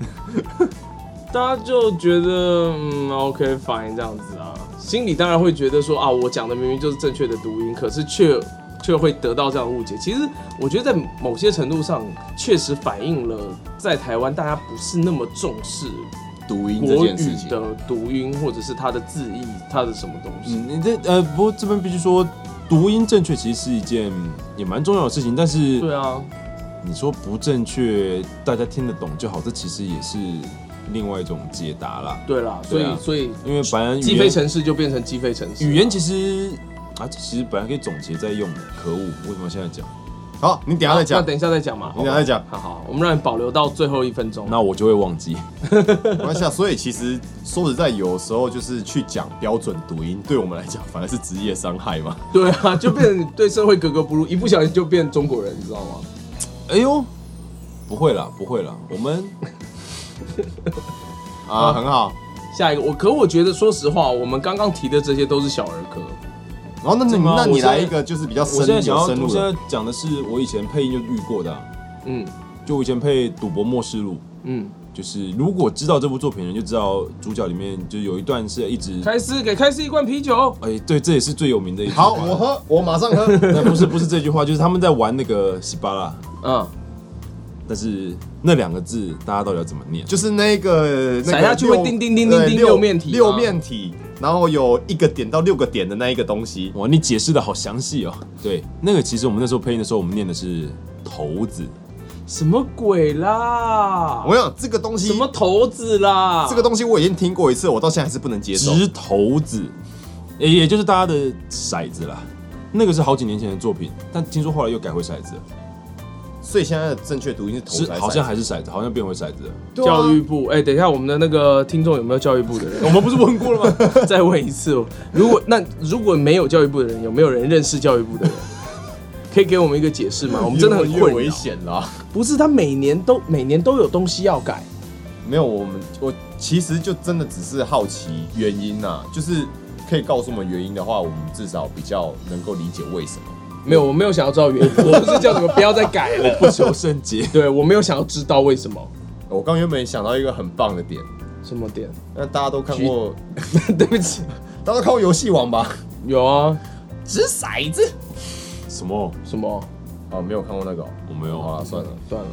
Speaker 3: 大家就觉得嗯，OK fine 这样子啊，心里当然会觉得说啊，我讲的明明就是正确的读音，可是却却会得到这样的误解。其实我觉得在某些程度上，确实反映了在台湾大家不是那么重视
Speaker 1: 读音这
Speaker 3: 国
Speaker 1: 件
Speaker 3: 语
Speaker 1: 事情，
Speaker 3: 的读音，或者是它的字义，它的什么东西。
Speaker 2: 嗯，你这呃，不过这边必须说，读音正确其实是一件也蛮重要的事情，但是
Speaker 3: 对啊，
Speaker 2: 你说不正确，大家听得懂就好，这其实也是另外一种解答啦。
Speaker 3: 对啦，所以、
Speaker 2: 对啊
Speaker 3: 所以
Speaker 2: 因为本来
Speaker 3: 鸡
Speaker 2: 语
Speaker 3: 飞
Speaker 2: 言
Speaker 3: 城市就变成鸡飞城市啊，
Speaker 2: 语言其实啊，这其实本来可以总结在用的，可恶，为什么现在讲？
Speaker 1: 好，你等一下再
Speaker 3: 那
Speaker 1: 讲，
Speaker 3: 等一下再讲嘛。
Speaker 1: 你等一下再讲。
Speaker 3: 好好，我们让你保留到最后一分钟。
Speaker 2: 那我就会忘记。
Speaker 1: 没关系啊。所以其实说实在，有时候就是去讲标准读音，对我们来讲反而是职业伤害嘛。
Speaker 3: 对啊，就变成对社会格格不入，一不小心就变中国人，你知道吗？
Speaker 2: 哎呦，不会啦，不会啦，我们
Speaker 1: 啊，很好。
Speaker 3: 下一个，我可我觉得，说实话，我们刚刚提的这些都是小儿科，
Speaker 1: 然后那你
Speaker 2: 怎么
Speaker 1: 那你
Speaker 2: 我现在
Speaker 1: 来一个就是比较
Speaker 2: 我
Speaker 1: 深
Speaker 2: 现在想要，
Speaker 1: 有深
Speaker 2: 我
Speaker 1: 入
Speaker 2: 现
Speaker 1: 的，
Speaker 2: 在讲的是我以前配音就遇过的啊、
Speaker 3: 嗯
Speaker 2: 就我以前配《赌博默示录》。
Speaker 3: 嗯，
Speaker 2: 就是如果知道这部作品的人就知道主角里面就有一段是一直，
Speaker 3: 开司给开司一罐啤酒，
Speaker 2: 哎，对，这也是最有名的一句话
Speaker 1: 好，我喝，我马上喝。
Speaker 2: 那不是不是这句话，就是他们在玩那个西巴拉，
Speaker 3: 嗯，
Speaker 2: 但是那两个字大家到底要怎么念？
Speaker 1: 就是那个那
Speaker 3: 甩
Speaker 1: 个
Speaker 3: 下去会
Speaker 1: 六
Speaker 3: 叮叮叮叮
Speaker 1: 对
Speaker 3: 叮
Speaker 1: 六
Speaker 3: 六面体吗
Speaker 1: 六面体，然后有一个点到六个点的那一个东西，
Speaker 2: 哇，你解释的好详细哦。对，那个其实我们那时候配音的时候，我们念的是头子，
Speaker 3: 什么鬼啦？
Speaker 1: 我想这个东西
Speaker 3: 什么头子啦？
Speaker 1: 这个东西我已经听过一次，我到现在还是不能接受。
Speaker 2: 直头子，也也就是大家的骰子啦。那个是好几年前的作品，但听说后来又改回骰子了，
Speaker 1: 所以现在的正确读音是头
Speaker 2: 是
Speaker 1: 来
Speaker 2: 好像还是骰子，好像变回骰子了。
Speaker 1: 啊
Speaker 3: 教育部，哎、等一下，我们的那个听众有没有教育部的人？我们不是问过了吗？ 再问一次哦，如果那如果没有教育部的人，有没有人认识教育部的 人？可以给我们一个解释吗？我们真的很
Speaker 1: 越
Speaker 3: 困
Speaker 1: 危
Speaker 3: 扰。
Speaker 1: 险啦。
Speaker 3: 不是，他每年都每年都有东西要改，
Speaker 1: 没有，我们我其实就真的只是好奇原因呐、就是可以告诉我们原因的话，我们至少比较能够理解为什么。
Speaker 3: 没有，我没有想要知道原因，我不是叫你们不要再改了，，
Speaker 2: 不求甚解
Speaker 3: 对我没有想要知道为什么
Speaker 1: 我刚原本想到一个很棒的点，
Speaker 3: 什么点。
Speaker 1: 那大家都看过，
Speaker 3: 对不起，
Speaker 1: 大家都看过游戏王吧？
Speaker 3: 有啊，
Speaker 1: 掷骰子
Speaker 2: 什么？
Speaker 3: 什么
Speaker 1: 哦，没有看过那个、哦，
Speaker 2: 我没有
Speaker 1: 好了，算了，
Speaker 3: 算了，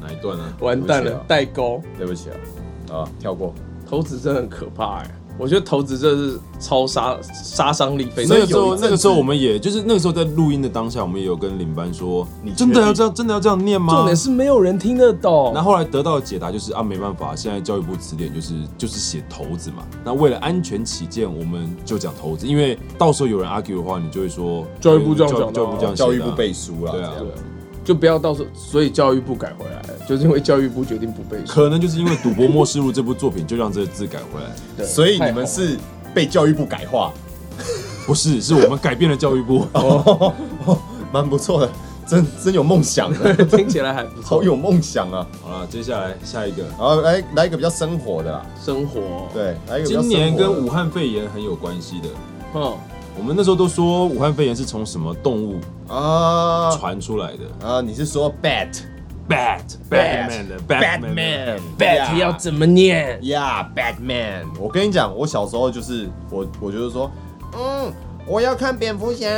Speaker 2: 哪一段呢？
Speaker 3: 完蛋
Speaker 1: 对不
Speaker 3: 了
Speaker 1: 起啊，
Speaker 3: 代沟。
Speaker 1: 对不起啊，啊，跳过。
Speaker 3: 投资真的很可怕哎、我觉得投资真的是超杀杀伤力非常
Speaker 2: 那
Speaker 1: 所以
Speaker 2: 个时
Speaker 1: 有一
Speaker 2: 候，
Speaker 1: 阵子
Speaker 2: 那个时候我们也就是那个时候在录音的当下，我们也有跟领班说，
Speaker 1: 你
Speaker 2: 真的
Speaker 1: 确定
Speaker 2: 要这样，真的要这样念吗？
Speaker 3: 重点是没有人听得懂。
Speaker 2: 那后来得到的解答就是啊，没办法，现在教育部词典就是就是写头子嘛。那为了安全起见，我们就讲头子，因为到时候有人 argue 的话，你就会说
Speaker 3: 教育部这样讲的啊
Speaker 2: 教育部这样写的啊
Speaker 1: 教育部背书啦，
Speaker 2: 对啊
Speaker 1: 这样
Speaker 3: 就不要到时候，所以教育部改回来了，就是因为教育部决定不背书。
Speaker 2: 可能就是因为《赌博默示录》这部作品，就让这个字改回来。
Speaker 3: 对
Speaker 1: 所以你们
Speaker 3: 太
Speaker 1: 是被教育部改 化，哦
Speaker 2: 不是，是我们改变了教育 部。
Speaker 1: 蛮不错的，真真有梦想 的，
Speaker 3: 好了听起来还不错
Speaker 1: 好。有梦想啊！
Speaker 2: 好了，接下来下一个，
Speaker 1: 然后来来一个比较生活的啦，
Speaker 3: 生活，
Speaker 1: 对，来一个比较
Speaker 2: 今年跟
Speaker 1: 生活的
Speaker 2: 武汉肺炎很有关系的。
Speaker 3: 嗯，
Speaker 2: 我们那时候都说武汉肺炎是从什么动物
Speaker 1: 啊
Speaker 2: 传出来的
Speaker 1: 啊，你是说 bat
Speaker 2: ？Bat Batman 的 Batman。
Speaker 3: bet 要怎么念？
Speaker 1: 呀 Batman？我跟你讲，我小时候就是我，我就是说，嗯，我要看蝙蝠侠。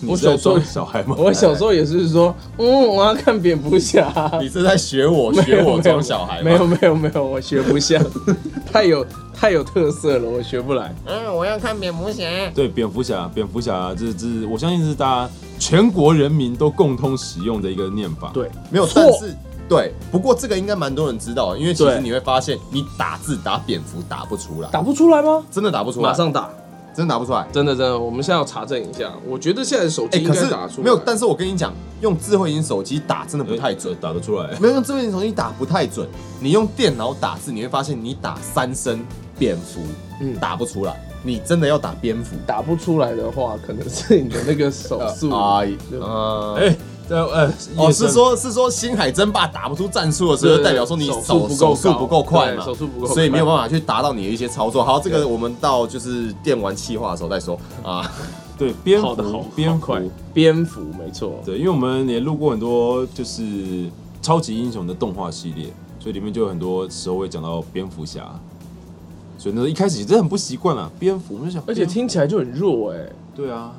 Speaker 2: 你
Speaker 3: 我
Speaker 2: 是在
Speaker 3: 小时候
Speaker 2: 装小孩 吗？
Speaker 3: 我小时候也是说， 嗯，我要看蝙蝠侠。
Speaker 1: 你是在学我 学我装小孩吗？
Speaker 3: 没有没有没有，我学不像， 太有太有特色了，我学不来。
Speaker 6: 嗯，我要看蝙蝠侠。
Speaker 2: 对，蝙蝠侠，蝙蝠侠，这这是我相信是大家全国人民都共通使用的一个念法。，
Speaker 3: 对，
Speaker 1: 没有，
Speaker 3: 错
Speaker 1: 但是对，不过这个应该蛮多人知道的，因为其实
Speaker 3: 对
Speaker 1: 你会发现，你打字打蝙蝠打不出来，
Speaker 3: 打不出来吗？
Speaker 1: 真的打不出来，
Speaker 3: 马上打，
Speaker 1: 真的打不出来。
Speaker 3: 真的真的，我们现在要查证一下。我觉得现在手机
Speaker 1: 哎、
Speaker 3: 应
Speaker 1: 可
Speaker 3: 该
Speaker 1: 是
Speaker 3: 打得出来
Speaker 1: 没有，但是我跟你讲，用智慧型手机打真的不太准，
Speaker 2: 打得出来。
Speaker 1: 没有用智慧型手机打不太准。你用电脑打字，你会发现你打三声蝙蝠，
Speaker 3: 嗯
Speaker 1: 打不出来。你真的要打蝙蝠，
Speaker 3: 打不出来的话，可能是你的那个手 速。
Speaker 1: 啊
Speaker 3: 对
Speaker 1: 啊！
Speaker 2: 哎，这呃，
Speaker 1: 哦，
Speaker 2: 夜
Speaker 1: 是
Speaker 2: 深
Speaker 1: 说，是说星海争霸打不出战术的时
Speaker 3: 对
Speaker 1: 候，
Speaker 3: 对
Speaker 1: 代表说你
Speaker 3: 手速
Speaker 1: 手
Speaker 3: 不
Speaker 1: 手
Speaker 3: 够
Speaker 1: 速
Speaker 3: 高
Speaker 1: 不够快
Speaker 3: 对
Speaker 1: 嘛，
Speaker 3: 手速不够
Speaker 1: 所以没有
Speaker 3: 快
Speaker 1: 办法去达到你的一些操作。好，这个
Speaker 3: 对
Speaker 1: 我们到就是电玩气化的时候再说啊。
Speaker 2: 对蝙
Speaker 3: 跑得好
Speaker 2: 蝠，蝙
Speaker 3: 快
Speaker 2: 蝠，
Speaker 3: 蝙蝠没错，
Speaker 2: 对，因为我们也录过很多就是超级英雄的动画系列，所以里面就有很多时候会讲到蝙蝠侠。所以那时候一开始真的很不习惯啊，蝙蝠，我们就想，
Speaker 3: 而且
Speaker 2: 蝙蝠
Speaker 3: 听起来就很弱哎、
Speaker 2: 对啊，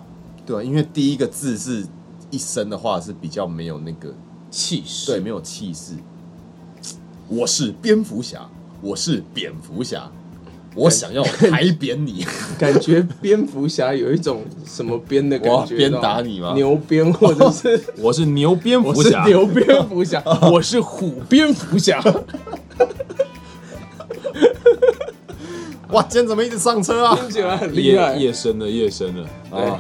Speaker 1: 对啊，因为第一个字是一声的话是比较没有那个
Speaker 3: 气势。
Speaker 1: 对，没有气势。我是蝙蝠侠，我是蝙蝠侠，我想 要抬扁你。
Speaker 3: 感觉蝙蝠侠有一种什么鞭的
Speaker 1: 我要
Speaker 3: 感觉，
Speaker 1: 鞭
Speaker 3: 知道
Speaker 1: 打你吗
Speaker 3: 牛鞭 或者是
Speaker 2: 我是牛蝙
Speaker 3: 我
Speaker 2: 蝠
Speaker 3: 是
Speaker 2: 侠，
Speaker 3: 牛蝙蝠侠，我是虎蝙蝠 侠。
Speaker 1: 哇，今天怎么一直上车啊？
Speaker 3: 听起来很厉害哎
Speaker 2: 夜。夜深了，夜深了。
Speaker 1: 啊，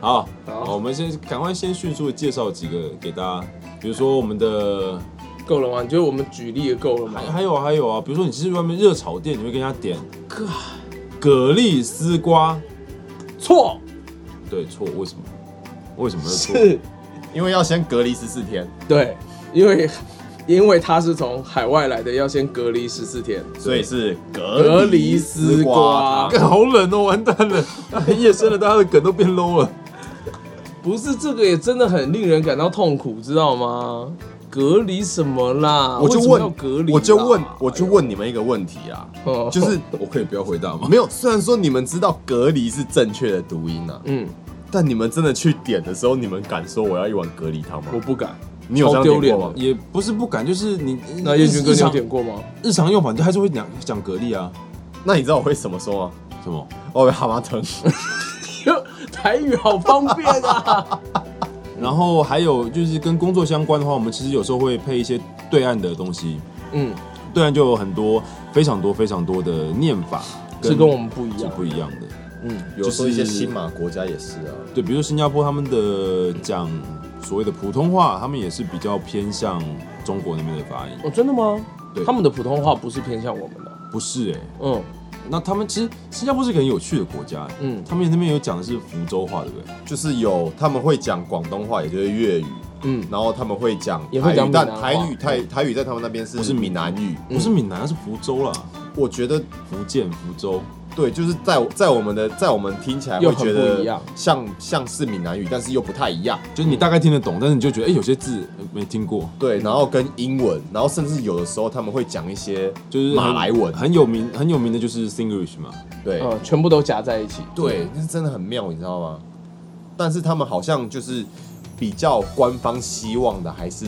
Speaker 2: 好，
Speaker 3: 好
Speaker 2: 好我们先赶快先迅速地介绍几个给大家，比如说我们的
Speaker 3: 够了吗？你觉得我们举例也够了吗
Speaker 2: 还？还有还有啊，比如说你去外面热炒店，你会跟人家点蛤蛤蜊丝瓜，
Speaker 3: 错，
Speaker 2: 对，错，为什么？为什么是错？
Speaker 3: 是，
Speaker 1: 因为要先隔离十四天，
Speaker 3: 对，因为因为他是从海外来的，要先隔离十四天。
Speaker 1: 所以是
Speaker 3: 隔
Speaker 1: 隔
Speaker 3: 离
Speaker 1: 离
Speaker 3: 丝
Speaker 1: 丝
Speaker 3: 瓜
Speaker 1: 瓜。
Speaker 2: 干好冷哦，完蛋了！ 夜深了，大家的梗都变 low 了。
Speaker 3: 不是这个也真的很令人感到痛苦，知道吗？隔离什么啦？
Speaker 1: 我就
Speaker 3: 为什么要
Speaker 1: 问
Speaker 3: 隔离啦，
Speaker 1: 我就问，我就问你们一个问题啊，
Speaker 3: 哦
Speaker 1: 就是
Speaker 2: 我可以不要回答吗？
Speaker 1: 哦没有，虽然说你们知道隔离是正确的读音啊，
Speaker 3: 嗯，
Speaker 1: 但你们真的去点的时候，你们敢说我要一碗隔离汤吗
Speaker 3: 我？不敢，
Speaker 1: 你有这
Speaker 3: 好
Speaker 1: 样
Speaker 3: 丢
Speaker 1: 点过
Speaker 3: 脸
Speaker 1: 吗？
Speaker 2: 也不是不敢，就是你
Speaker 3: 那叶军哥
Speaker 2: 日
Speaker 3: 你有
Speaker 2: 常
Speaker 3: 点过吗？
Speaker 2: 日常用法，你还是会讲讲蛤蜊啊，
Speaker 1: 那你知道我会怎么说吗？
Speaker 2: 什么？
Speaker 1: 我会蛤蟆 疼。
Speaker 3: 台语好方便啊！
Speaker 2: 然后还有就是跟工作相关的话，我们其实有时候会配一些对岸的东西，
Speaker 3: 嗯，
Speaker 2: 对岸就有很多非常多非常多的念法，
Speaker 3: 是跟我们不一
Speaker 2: 是
Speaker 3: 样。
Speaker 2: 不一样的。
Speaker 1: 有时候一些新马国家也是啊，
Speaker 2: 对，比如说新加坡他们的讲所谓的普通话，他们也是比较偏向中国那边的发音，
Speaker 3: 哦，真的吗
Speaker 2: 对？
Speaker 3: 他们的普通话不是偏向我们的。
Speaker 2: 不是哎、
Speaker 3: 嗯，
Speaker 2: 那他们其实新加坡是一个很有趣的国家、嗯
Speaker 3: 嗯，
Speaker 2: 他们那边有讲的是福州话，对不对？
Speaker 1: 就是有他们会讲广东话，也就是粤语，
Speaker 3: 嗯
Speaker 1: 然后他们会讲
Speaker 3: 也
Speaker 1: 台
Speaker 3: 会讲
Speaker 1: 语，
Speaker 3: 闽
Speaker 1: 但
Speaker 3: 南话
Speaker 1: 台语台台语在他们那边是
Speaker 2: 不是
Speaker 1: 闽南语。
Speaker 2: 不是闽南，是福州啦，
Speaker 1: 我觉得
Speaker 2: 福建福州。
Speaker 1: 对，就是在在我们的在我们听起来
Speaker 3: 又
Speaker 1: 会
Speaker 3: 很
Speaker 1: 觉
Speaker 3: 不
Speaker 1: 得
Speaker 3: 一样
Speaker 1: 像像是闽南语，但是又不太一样。
Speaker 2: 就是你大概听得懂，但是你就觉得哎、诶有些字呃没听过，
Speaker 1: 对，然后跟英文，然后甚至有的时候他们会讲一些
Speaker 2: 就是很
Speaker 1: 马来文，
Speaker 2: 很呃有名很有名的就是 Singlish 嘛，
Speaker 1: 对
Speaker 3: 嗯，全部都夹在一起。
Speaker 1: 对，那是真的很妙，你知道吗？但是他们好像就是比较官方希望的，还是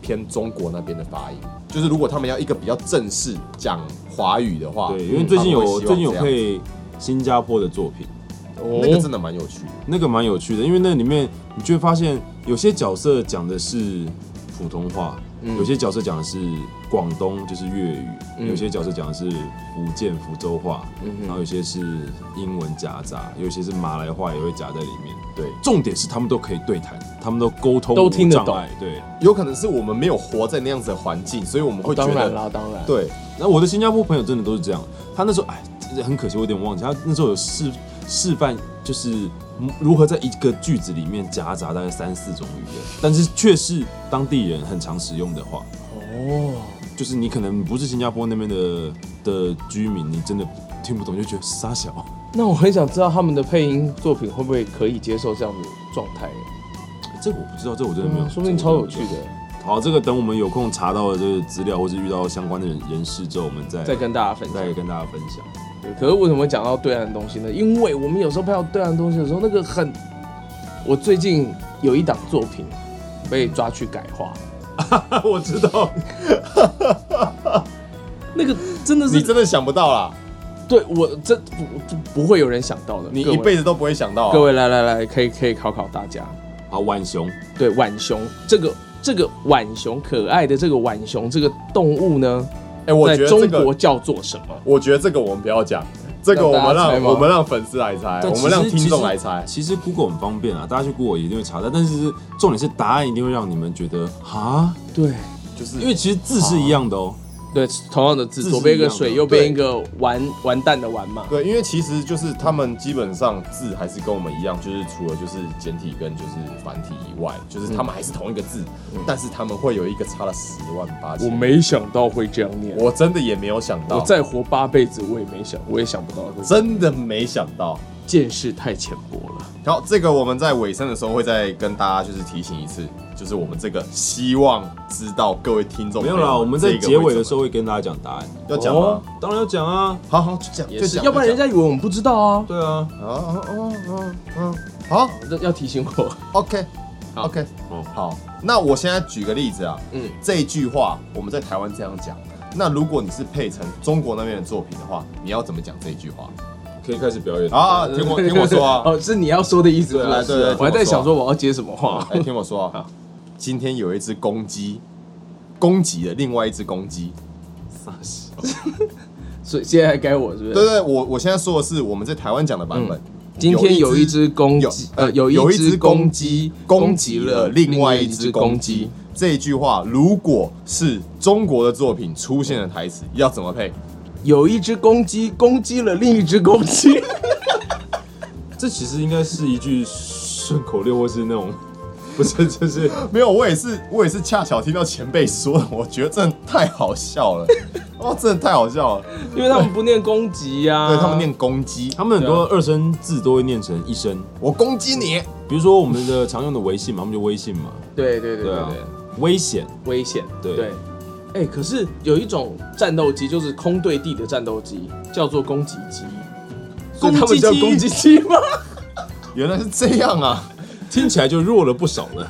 Speaker 1: 偏中国那边的发音。就是如果他们要一个比较正式讲华语的话，
Speaker 2: 对，因为最近
Speaker 1: 啊嗯他们会
Speaker 2: 有
Speaker 1: 希望
Speaker 2: 最近有
Speaker 1: 这样
Speaker 2: 配新加坡的作品，
Speaker 3: 哦，
Speaker 1: 那个真的蛮有趣的。
Speaker 2: 那个蛮有趣的，因为那里面你就会发现有些角色讲的是普通话，
Speaker 3: 嗯
Speaker 2: 有些角色讲的是广东，就是粤语，有些角色讲的是福建福州话，
Speaker 3: 嗯
Speaker 2: 然后有些是英文夹杂，有些是马来话也会夹在里面。
Speaker 1: 对，
Speaker 2: 重点是他们都可以对谈，他们都沟通
Speaker 3: 都
Speaker 2: 无
Speaker 3: 听得
Speaker 2: 障
Speaker 3: 懂
Speaker 2: 碍。对，
Speaker 1: 有可能是我们没有活在那样子的环境，所以我们
Speaker 2: 哦
Speaker 1: 会觉
Speaker 3: 哦当然
Speaker 1: 得，
Speaker 3: 啦，当然。，
Speaker 1: 对，
Speaker 2: 那我的新加坡朋友真的都是这样，他那时候哎，真的很可惜，我有点忘记，他那时候有示示范，就是如何在一个句子里面夹杂大概三四种语言，但是却是当地人很常使用的话。
Speaker 3: 哦，
Speaker 2: 就是你可能不是新加坡那边的的居民，你真的听不懂，就觉得傻小。
Speaker 3: 那我很想知道他们的配音作品会不会可以接受这样的状态？
Speaker 2: 这个我不知道，这个我真的没有，
Speaker 3: 说不定
Speaker 2: 这个
Speaker 3: 超
Speaker 2: 我
Speaker 3: 有趣
Speaker 2: 真的不知道。
Speaker 3: 嗯的，
Speaker 2: 好，这个等我们有空查到的这个资料，或是遇到相关的人人士之后，我们再
Speaker 3: 再跟大家分享
Speaker 2: 再。跟大家分享。
Speaker 3: 对可是为什么会讲到对岸的东西呢？因为我们有时候拍到对岸的东西的时候，那个很……我最近有一档作品被抓去改画，
Speaker 2: 我知道，
Speaker 3: 那个真的
Speaker 1: 你
Speaker 3: 是
Speaker 1: 真的想不到啦，
Speaker 3: 对我这不不不会有人想到的。
Speaker 1: 你
Speaker 3: 各位
Speaker 1: 一辈子都不会想到、啊。
Speaker 3: 各，位来来来，可以可以考考大家。
Speaker 2: 好，浣熊，
Speaker 3: 对，浣熊这个这个浣熊可爱的这个浣熊这个动物呢，
Speaker 1: 哎、我
Speaker 3: 在
Speaker 1: 觉得
Speaker 3: 中
Speaker 1: 这个
Speaker 3: 国，叫做什么？
Speaker 1: 我觉得这个我们不要讲，这个
Speaker 3: 让
Speaker 1: 我
Speaker 3: 大家
Speaker 1: 们
Speaker 3: 猜
Speaker 1: 让
Speaker 3: 吗
Speaker 1: 我们让粉丝来猜，
Speaker 2: 但
Speaker 1: 我
Speaker 2: 其
Speaker 1: 们
Speaker 2: 实
Speaker 1: 让听
Speaker 2: 其
Speaker 1: 众
Speaker 2: 实
Speaker 1: 来猜。
Speaker 2: 其实 Google 很方便啊，大家去 Google 也一定会查到，但是重点是答案一定会让你们觉得啊，
Speaker 3: 对
Speaker 1: 就是
Speaker 2: 因为其实字是一样的哦。
Speaker 3: 对，同样的字，
Speaker 2: 字是
Speaker 3: 左边一
Speaker 2: 一
Speaker 3: 个
Speaker 2: 样的
Speaker 3: 水，右
Speaker 1: 对
Speaker 3: 边一个完完蛋的完嘛。
Speaker 1: 对，因为其实就是他们基本上字还是跟我们一样，就是除了就是简体跟就是繁体以外，就是
Speaker 3: 嗯
Speaker 1: 他们还是同一个字，但是他们会有一个差了十万八千。
Speaker 3: 我，没想到会这样念，
Speaker 1: 我真的也没有想到，
Speaker 3: 我再活八辈子，我也没想，我也想不到会这样，
Speaker 1: 真的没想到。
Speaker 3: 见识太浅薄了。
Speaker 1: 好，这个我们在尾声的时候会再跟大家就是提醒一次，就是我们这个希望知道各位听众
Speaker 2: 没有啦，我们在结尾的时候会跟大家讲答案。
Speaker 1: 候要哦讲吗？
Speaker 2: 当然要讲啊，
Speaker 1: 好好就讲，
Speaker 3: 也，
Speaker 1: 就是讲
Speaker 3: 要不然人
Speaker 1: 就
Speaker 3: 家以为我们不知道啊。
Speaker 2: 对啊，
Speaker 1: 讲哦哦哦哦哦，好
Speaker 3: 要要提醒我，
Speaker 1: ，OK
Speaker 3: 好
Speaker 1: OK，
Speaker 2: 哦
Speaker 1: 好，那我现在举个例子啊，
Speaker 3: 嗯，
Speaker 1: 这一句话我们在台湾这样讲，那如果你是配成中国那边的作品的话，你要怎么讲这一句话？
Speaker 2: 可以开始表演。
Speaker 1: 啊，听 我听我说啊，
Speaker 3: 哦，是你要说的意思，
Speaker 1: 对啊
Speaker 3: 是不
Speaker 1: 对
Speaker 3: 是
Speaker 1: 对对
Speaker 3: 我还在
Speaker 1: 听我说
Speaker 3: 想说我要接什么话。
Speaker 1: 哎，听我说啊，今天有一只公鸡攻击了另外一只公鸡，
Speaker 3: 所以现在该我是不是？
Speaker 1: 对对，我我现在说的是我们在台湾讲的版本。
Speaker 3: 嗯今天有一只公
Speaker 1: 有
Speaker 3: 鸡，
Speaker 1: 呃
Speaker 3: 呃，
Speaker 1: 有
Speaker 3: 有
Speaker 1: 一
Speaker 3: 一
Speaker 1: 只
Speaker 3: 只
Speaker 1: 公
Speaker 3: 公
Speaker 1: 鸡
Speaker 3: 鸡
Speaker 1: 攻击了另外一只公鸡。这一句话如果是中国的作品出现的台词，要怎么配？
Speaker 3: 有一只公鸡攻击了另一只公 鸡。
Speaker 2: 这其实应该是一句顺口溜，或是那种，不是就是
Speaker 1: 没有，我也是，我也是恰巧听到前辈说的，我觉得真的太好笑 了，哦，真的太好笑了。
Speaker 3: 因为他们不念啊公鸡呀、
Speaker 1: 对他们念公鸡，
Speaker 2: 他们很多二声字都会念成一声，
Speaker 1: 我攻击你，
Speaker 2: 比如说我们的常用的微信嘛，他们就微信嘛，
Speaker 3: 对对对对
Speaker 2: 啊
Speaker 3: 对，，
Speaker 2: 危险
Speaker 3: 危险，
Speaker 2: 对
Speaker 3: 对。哎、可是有一种战斗机，就是空对地的战斗机，叫做攻击机，所以他们叫攻击机吗？
Speaker 1: 原来是这样啊！
Speaker 2: 听起来就弱了不少呢。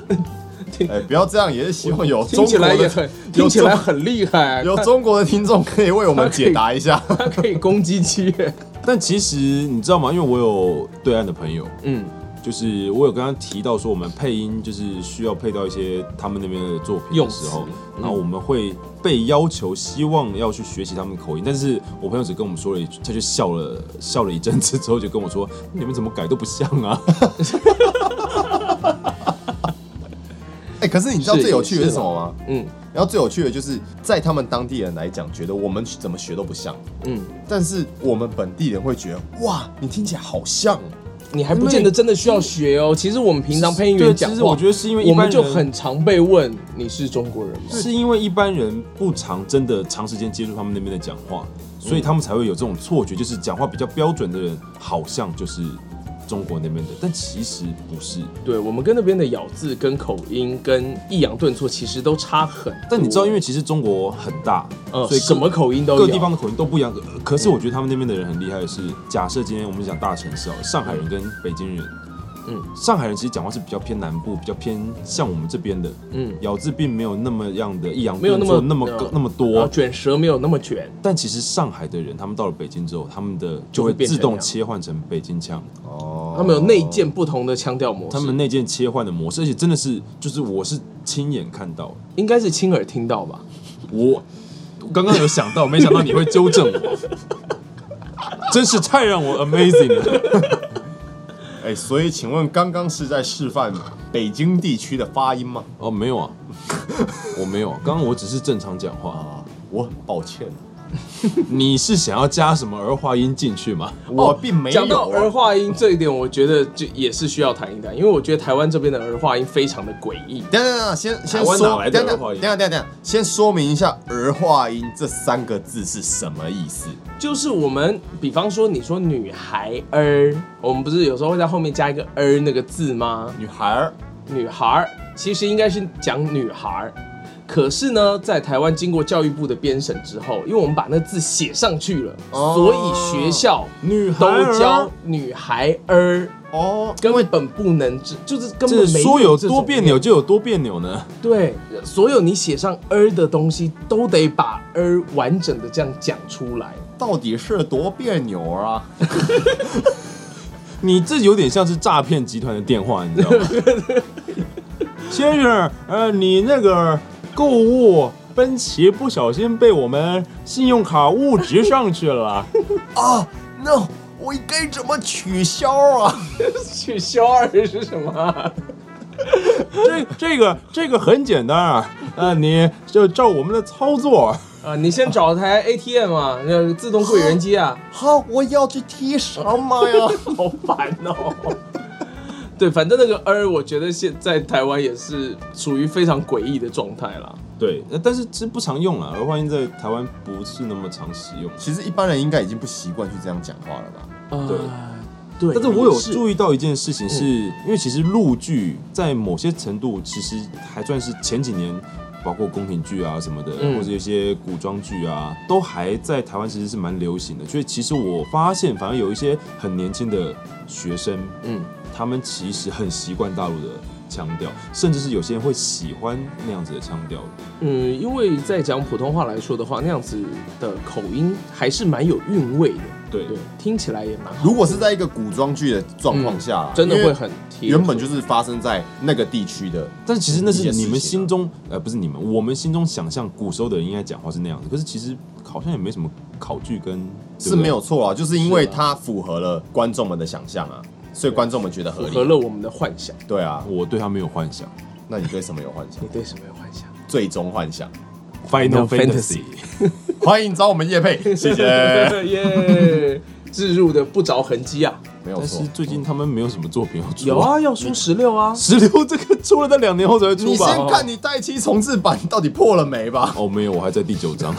Speaker 3: 听
Speaker 1: 哎，不要这样，也是希望有
Speaker 3: 听
Speaker 1: 中
Speaker 3: 起
Speaker 1: 国
Speaker 3: 来也
Speaker 1: 的
Speaker 3: 很，听起来很厉害，啊
Speaker 1: 有中国的听众可以为我们解答一下。
Speaker 3: 它可以攻击机，
Speaker 2: 但其实你知道吗？因为我有对岸的朋友，
Speaker 3: 嗯，
Speaker 2: 就是我有跟他提到说，我们配音就是需要配到一些他们那边的作品
Speaker 3: 用
Speaker 2: 的时候
Speaker 3: 词，
Speaker 2: 然后我们会被要求，希望要去学习他们的口音。但是我朋友只跟我们说了一句，他就笑了，笑了一阵子之后就跟我说：“你们怎么改都不像 啊
Speaker 1: 哎，可是你知道
Speaker 3: 是
Speaker 1: 最有趣的
Speaker 3: 也
Speaker 1: 是
Speaker 3: 是
Speaker 1: 什么吗？
Speaker 3: 嗯
Speaker 1: 然后最有趣的就是在他们当地人来讲，觉得我们怎么学都不像，
Speaker 3: 嗯，
Speaker 1: 但是我们本地人会觉得，哇，你听起来好像哦。
Speaker 3: 你还不见得真的需要学哦。其实我们平常！”配音
Speaker 2: 对，
Speaker 3: 员
Speaker 2: 其
Speaker 3: 讲
Speaker 2: 实
Speaker 3: 话，
Speaker 2: 我觉得是因为一
Speaker 3: 我
Speaker 2: 般
Speaker 3: 们
Speaker 2: 人
Speaker 3: 就很常被问你是中国人吗？
Speaker 2: 是因为一般人不常真的长时间接触他们那边的讲话，所以他们才会有这种错觉，就是讲话比较标准的人好像就是中国那边的，但其实不是。
Speaker 3: 对，我们跟那边的咬字、跟口音、跟抑扬顿挫，其实都差很多。
Speaker 2: 但你知道，因为其实中国很大，
Speaker 3: 呃，
Speaker 2: 所以各
Speaker 3: 什么口音都有，
Speaker 2: 各地方的口音都不一样。呃可是我觉得他们那边的人很厉害的是，假设今天我们讲大城市哦，上海人跟北京人，
Speaker 3: 嗯
Speaker 2: 嗯，上海人其实讲话是比较偏南部，比较偏像我们这边的，
Speaker 3: 嗯
Speaker 2: 嗯，咬字并没有那么样的抑扬
Speaker 3: 没有
Speaker 2: 顿
Speaker 3: 那
Speaker 2: 挫，
Speaker 3: 么
Speaker 2: 那么
Speaker 3: 呃
Speaker 2: 那么
Speaker 3: 然后
Speaker 2: 多，
Speaker 3: 卷舌没有那么卷。
Speaker 2: 但其实上海的人，他们到了北京之后，他们的
Speaker 3: 就
Speaker 2: 就
Speaker 3: 会
Speaker 2: 会
Speaker 3: 变成
Speaker 2: 自
Speaker 3: 那
Speaker 2: 动
Speaker 3: 样
Speaker 2: 切换成北京腔，
Speaker 1: 哦
Speaker 3: 他们有内建不同的腔调模式，
Speaker 2: 哦他们那件切换的模式，而且真的是，就是我是亲眼看到的，
Speaker 3: 应该是亲耳听到吧？
Speaker 2: 我我刚刚有想到，没想到你会纠正 我，真是太让我 amazing 了。
Speaker 1: 哎、所以请问刚刚是在示范北京地区的发音吗？
Speaker 2: 哦，没有啊，我没有、啊，刚刚我只是正常讲 话。
Speaker 1: 啊，我很抱歉，
Speaker 2: 你是想要加什么儿化音进去吗？
Speaker 1: 我并没有、
Speaker 3: 讲到儿
Speaker 1: 啊。
Speaker 3: 化音这一点，我觉得就也是需要谈一谈，因为我觉得台湾这边的儿化音非常的诡异。
Speaker 1: 等等等等，先先
Speaker 2: 台湾哪
Speaker 1: 说，
Speaker 2: 来
Speaker 1: 等
Speaker 2: 的
Speaker 1: 等
Speaker 2: 儿化音
Speaker 1: 等等等等，先说明一下“儿化音”这三个字是什么意思。
Speaker 3: 就是我们，比方说你说女孩儿，我们不是有时候会在后面加一个儿那个字吗？
Speaker 1: 女孩儿，
Speaker 3: 女孩儿其实应该是讲女孩儿，可是呢，在台湾经过教育部的编审之后，因为我们把那字写上去了，
Speaker 1: 哦
Speaker 3: 所以学校
Speaker 2: 女孩
Speaker 3: 都
Speaker 2: 儿啊
Speaker 3: 教啊女孩儿，啊
Speaker 1: 哦，
Speaker 3: 根本不能知，就是根
Speaker 2: 这
Speaker 3: 本没
Speaker 2: 说有
Speaker 3: 这
Speaker 2: 多
Speaker 3: 种
Speaker 2: 别扭就有多别扭呢。
Speaker 3: 对，所有你写上 “er” 的东西，都得把 “er” 完整的这样讲出来。
Speaker 1: 到底是多别扭啊？
Speaker 2: 你这有点像是诈骗集团的电话，你知道吗？ 先生，呃，你那个购物分期不小心被我们信用卡误植上去了，
Speaker 1: 啊，no，我应该怎么取消啊？
Speaker 3: 取消 “er” 是什么啊？
Speaker 2: 这这个这个很简单啊，呃，你就照我们的操作，
Speaker 3: 啊你先找台 ATM 啊，那自动柜员机啊，
Speaker 1: 好、我要去提什么呀？
Speaker 3: 好烦哦。对，反正那个 “er”，我觉得现在台湾也是属于非常诡异的状态啦。
Speaker 2: 对，呃但是这不常用啊，儿化音在台湾不是那么常使用。
Speaker 1: 其实一般人应该已经不习惯去这样讲话了吧？
Speaker 2: 对
Speaker 3: 啊对，
Speaker 2: 但是嗯我有
Speaker 3: 是
Speaker 2: 注意到一件事情是，因为其实陆剧在某些程度其实还算是前几年，包括宫廷剧啊什么的，
Speaker 3: 嗯
Speaker 2: 或者一些古装剧啊，都还在台湾其实是蛮流行的。所以其实我发现，反而有一些很年轻的学生，
Speaker 3: 嗯，
Speaker 2: 他们其实很习惯大陆的腔调，甚至是有些人会喜欢那样子的腔调。
Speaker 3: 嗯，因为在讲普通话来说的话，那样子的口音还是蛮有韵味的。
Speaker 2: 对
Speaker 3: 对，听起来也蛮好。
Speaker 1: 如果是在一个古装剧的状况下啦、
Speaker 3: 嗯真的
Speaker 1: 因为
Speaker 3: 会很贴合。
Speaker 1: 原本就是发生在那个地区的，
Speaker 2: 但是其实那
Speaker 1: 一件
Speaker 2: 是
Speaker 1: 事情
Speaker 2: 你们
Speaker 1: 啊
Speaker 2: 心中，呃，不是你们，我们心中想象古时候的人应该讲话是那样子，可是其实好像也没什么考据跟对
Speaker 1: 是
Speaker 2: 不对
Speaker 1: 没有错啊，就是因为它符合了观众们的想象啊，所以观众们觉得合
Speaker 3: 符
Speaker 1: 理。
Speaker 3: 合了我们的幻想。
Speaker 1: 对啊，
Speaker 2: 我对他没有幻想。
Speaker 1: 那你对什么有幻想
Speaker 3: 你？对什么有幻想？
Speaker 1: 最终幻想。
Speaker 2: Final
Speaker 3: Fantasy
Speaker 2: Fantasy，
Speaker 1: 欢迎找我们叶配，谢谢。
Speaker 3: 耶，置入的不着痕迹啊！
Speaker 1: 没有
Speaker 2: 但
Speaker 1: 错
Speaker 2: 是，最近他们没有什么作品要出。
Speaker 3: 有，啊，要出十六啊！
Speaker 2: 石榴这个出了在两年后才会
Speaker 1: 你
Speaker 2: 出吧
Speaker 1: 先？看你带七重置版到底破了没吧。
Speaker 2: 哦，没有，我还在第九章。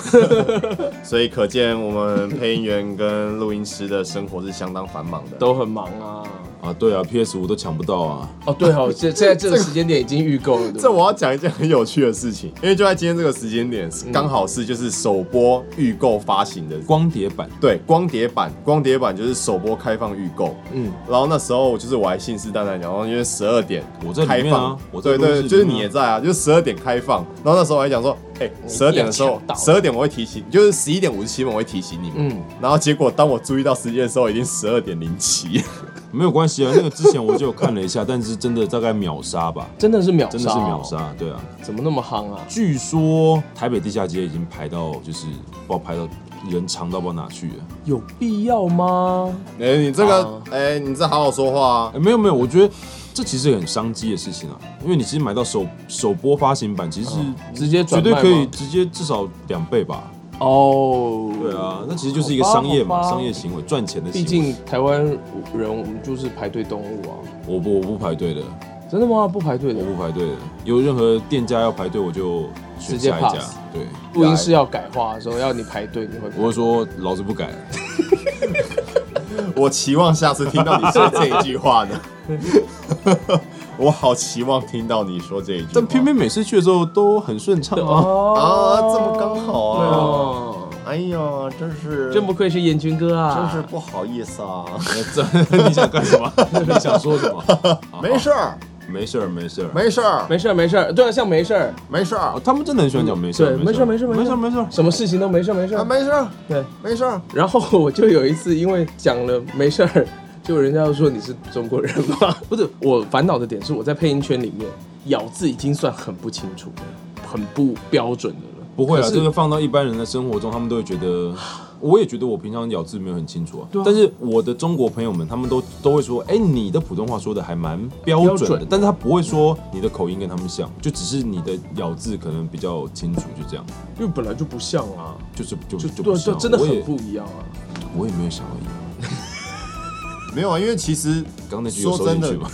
Speaker 1: 所以可见我们配音员跟录音师的生活是相当繁忙的。
Speaker 3: 都很忙啊，
Speaker 2: 啊，对啊，PS 五都抢不到啊，
Speaker 3: 哦，对 哦，现现在这个时间点已经预购了，对不对
Speaker 1: 这我要讲一件很有趣的事情，因为就在今天这个时间点，刚好是就是首播预购发行的
Speaker 2: 光碟版
Speaker 1: 对，光碟版，光碟版就是首播开放预购。
Speaker 3: 嗯
Speaker 1: 嗯，然后那时候就是我还信誓旦旦讲，然哦后因为十二点
Speaker 2: 我在里
Speaker 1: 开
Speaker 2: 面
Speaker 1: 放，
Speaker 2: 啊我
Speaker 1: 对
Speaker 2: 在录制
Speaker 1: 对，就是
Speaker 2: 里面啊
Speaker 1: 你也在啊，就是十二点开放。然后那时候我还讲说，哎、1十二点的时
Speaker 3: 我一
Speaker 1: 候
Speaker 3: 定要，抢
Speaker 1: 十
Speaker 3: 到
Speaker 1: 二点我会提醒，就是十一点五十七分我会提醒你们。
Speaker 3: 嗯
Speaker 1: 嗯，然后结果当我注意到时间的时候，已经十二点零七。
Speaker 2: 没有关系啊，那个之前我就有看了一下，但是真的大概秒杀吧，
Speaker 3: 真的是秒杀，啊
Speaker 2: 真的是秒，杀，对啊。
Speaker 3: 怎么那么夯啊？
Speaker 2: 据说台北地下街已经排到，就是不知道排到人长到不知道哪去了。
Speaker 3: 有必要吗？
Speaker 1: 哎、你这个
Speaker 2: 哦
Speaker 3: 啊，
Speaker 1: 哎、你这好好说话啊
Speaker 2: 哎、。没有没有，我觉得这其实很商机的事情啊，因为你其实买到首首播发行版，其实是
Speaker 3: 嗯直接
Speaker 2: 绝
Speaker 3: 转
Speaker 2: 对
Speaker 3: 卖
Speaker 2: 可以
Speaker 3: 吗
Speaker 2: 直接至少两倍吧。
Speaker 3: 哦，
Speaker 2: 对啊，那其实就是一个商业
Speaker 3: 好
Speaker 2: 嘛，
Speaker 3: 吧
Speaker 2: 商业行为，赚钱的行
Speaker 3: 毕
Speaker 2: 为。
Speaker 3: 竟台湾人我们就是排队动物啊，
Speaker 2: 我不我不排队的，
Speaker 3: 真的吗？不排队的
Speaker 2: 我，不排队的，有任何店家要排队，我就
Speaker 3: 直
Speaker 2: 选
Speaker 3: 接
Speaker 2: 下一家
Speaker 3: pass。
Speaker 2: 对，
Speaker 3: 录音室要改话的时候要你排队，你会
Speaker 2: 我会说老子不改，
Speaker 1: 我期望下次听到你说这一句话呢。 我好期望听到你说这一句话。
Speaker 2: 但偏偏每次去的时候都很顺畅啊。
Speaker 1: 啊
Speaker 3: 哦，
Speaker 1: 这么刚好啊
Speaker 3: 哦，
Speaker 1: 哎呀，真是
Speaker 3: 真不愧是燕军哥
Speaker 1: 真
Speaker 3: 啊，
Speaker 1: 是不好意思 啊。
Speaker 2: 呃这 你想干什么？你想说什 么？
Speaker 1: 没事儿，
Speaker 2: 没事儿，没事儿，
Speaker 1: 没事儿，
Speaker 3: 没事儿没事儿，对啊，像没事儿，
Speaker 1: 没事儿
Speaker 2: 哦，，他们真的很喜欢讲没事
Speaker 3: 对
Speaker 2: 儿，，
Speaker 3: 没事儿没事儿
Speaker 2: 没事
Speaker 3: 事
Speaker 2: 儿，
Speaker 3: 儿
Speaker 2: 没事儿。
Speaker 3: 什么事情都没事儿没事
Speaker 1: 啊，
Speaker 3: 儿，
Speaker 1: 没事儿，
Speaker 3: 对。
Speaker 1: 没事儿。
Speaker 3: 然后我就有一次，因为讲了没事儿，就人家就说你是中国人吗？ 不是，我烦恼的点是我在配音圈里面咬字已经算很不清楚了，很不标准的了。
Speaker 2: 不会啊，
Speaker 3: 可是
Speaker 2: 这个放到一般人的生活中，他们都会觉得，我也觉得我平常咬字没有很清楚啊。
Speaker 3: 啊
Speaker 2: 但是我的中国朋友们，他们都都会说，哎、你的普通话说的还蛮标准
Speaker 3: 标
Speaker 2: 的，
Speaker 3: 准
Speaker 2: 但是他不会说你的口音跟他们像，就只是你的咬字可能比较清楚，就这样，
Speaker 3: 因为本来就不像啊，
Speaker 2: 就是就
Speaker 3: 就对
Speaker 2: 就不
Speaker 3: 啊
Speaker 2: 像
Speaker 3: 对啊，真的
Speaker 2: 我
Speaker 3: 很
Speaker 2: 也
Speaker 3: 不一样啊。
Speaker 2: 我也没有想要一样。
Speaker 1: 没有啊，因为其实
Speaker 2: 刚刚那句有
Speaker 1: 说
Speaker 2: 收
Speaker 1: 真
Speaker 2: 进
Speaker 1: 的
Speaker 2: 去吗？？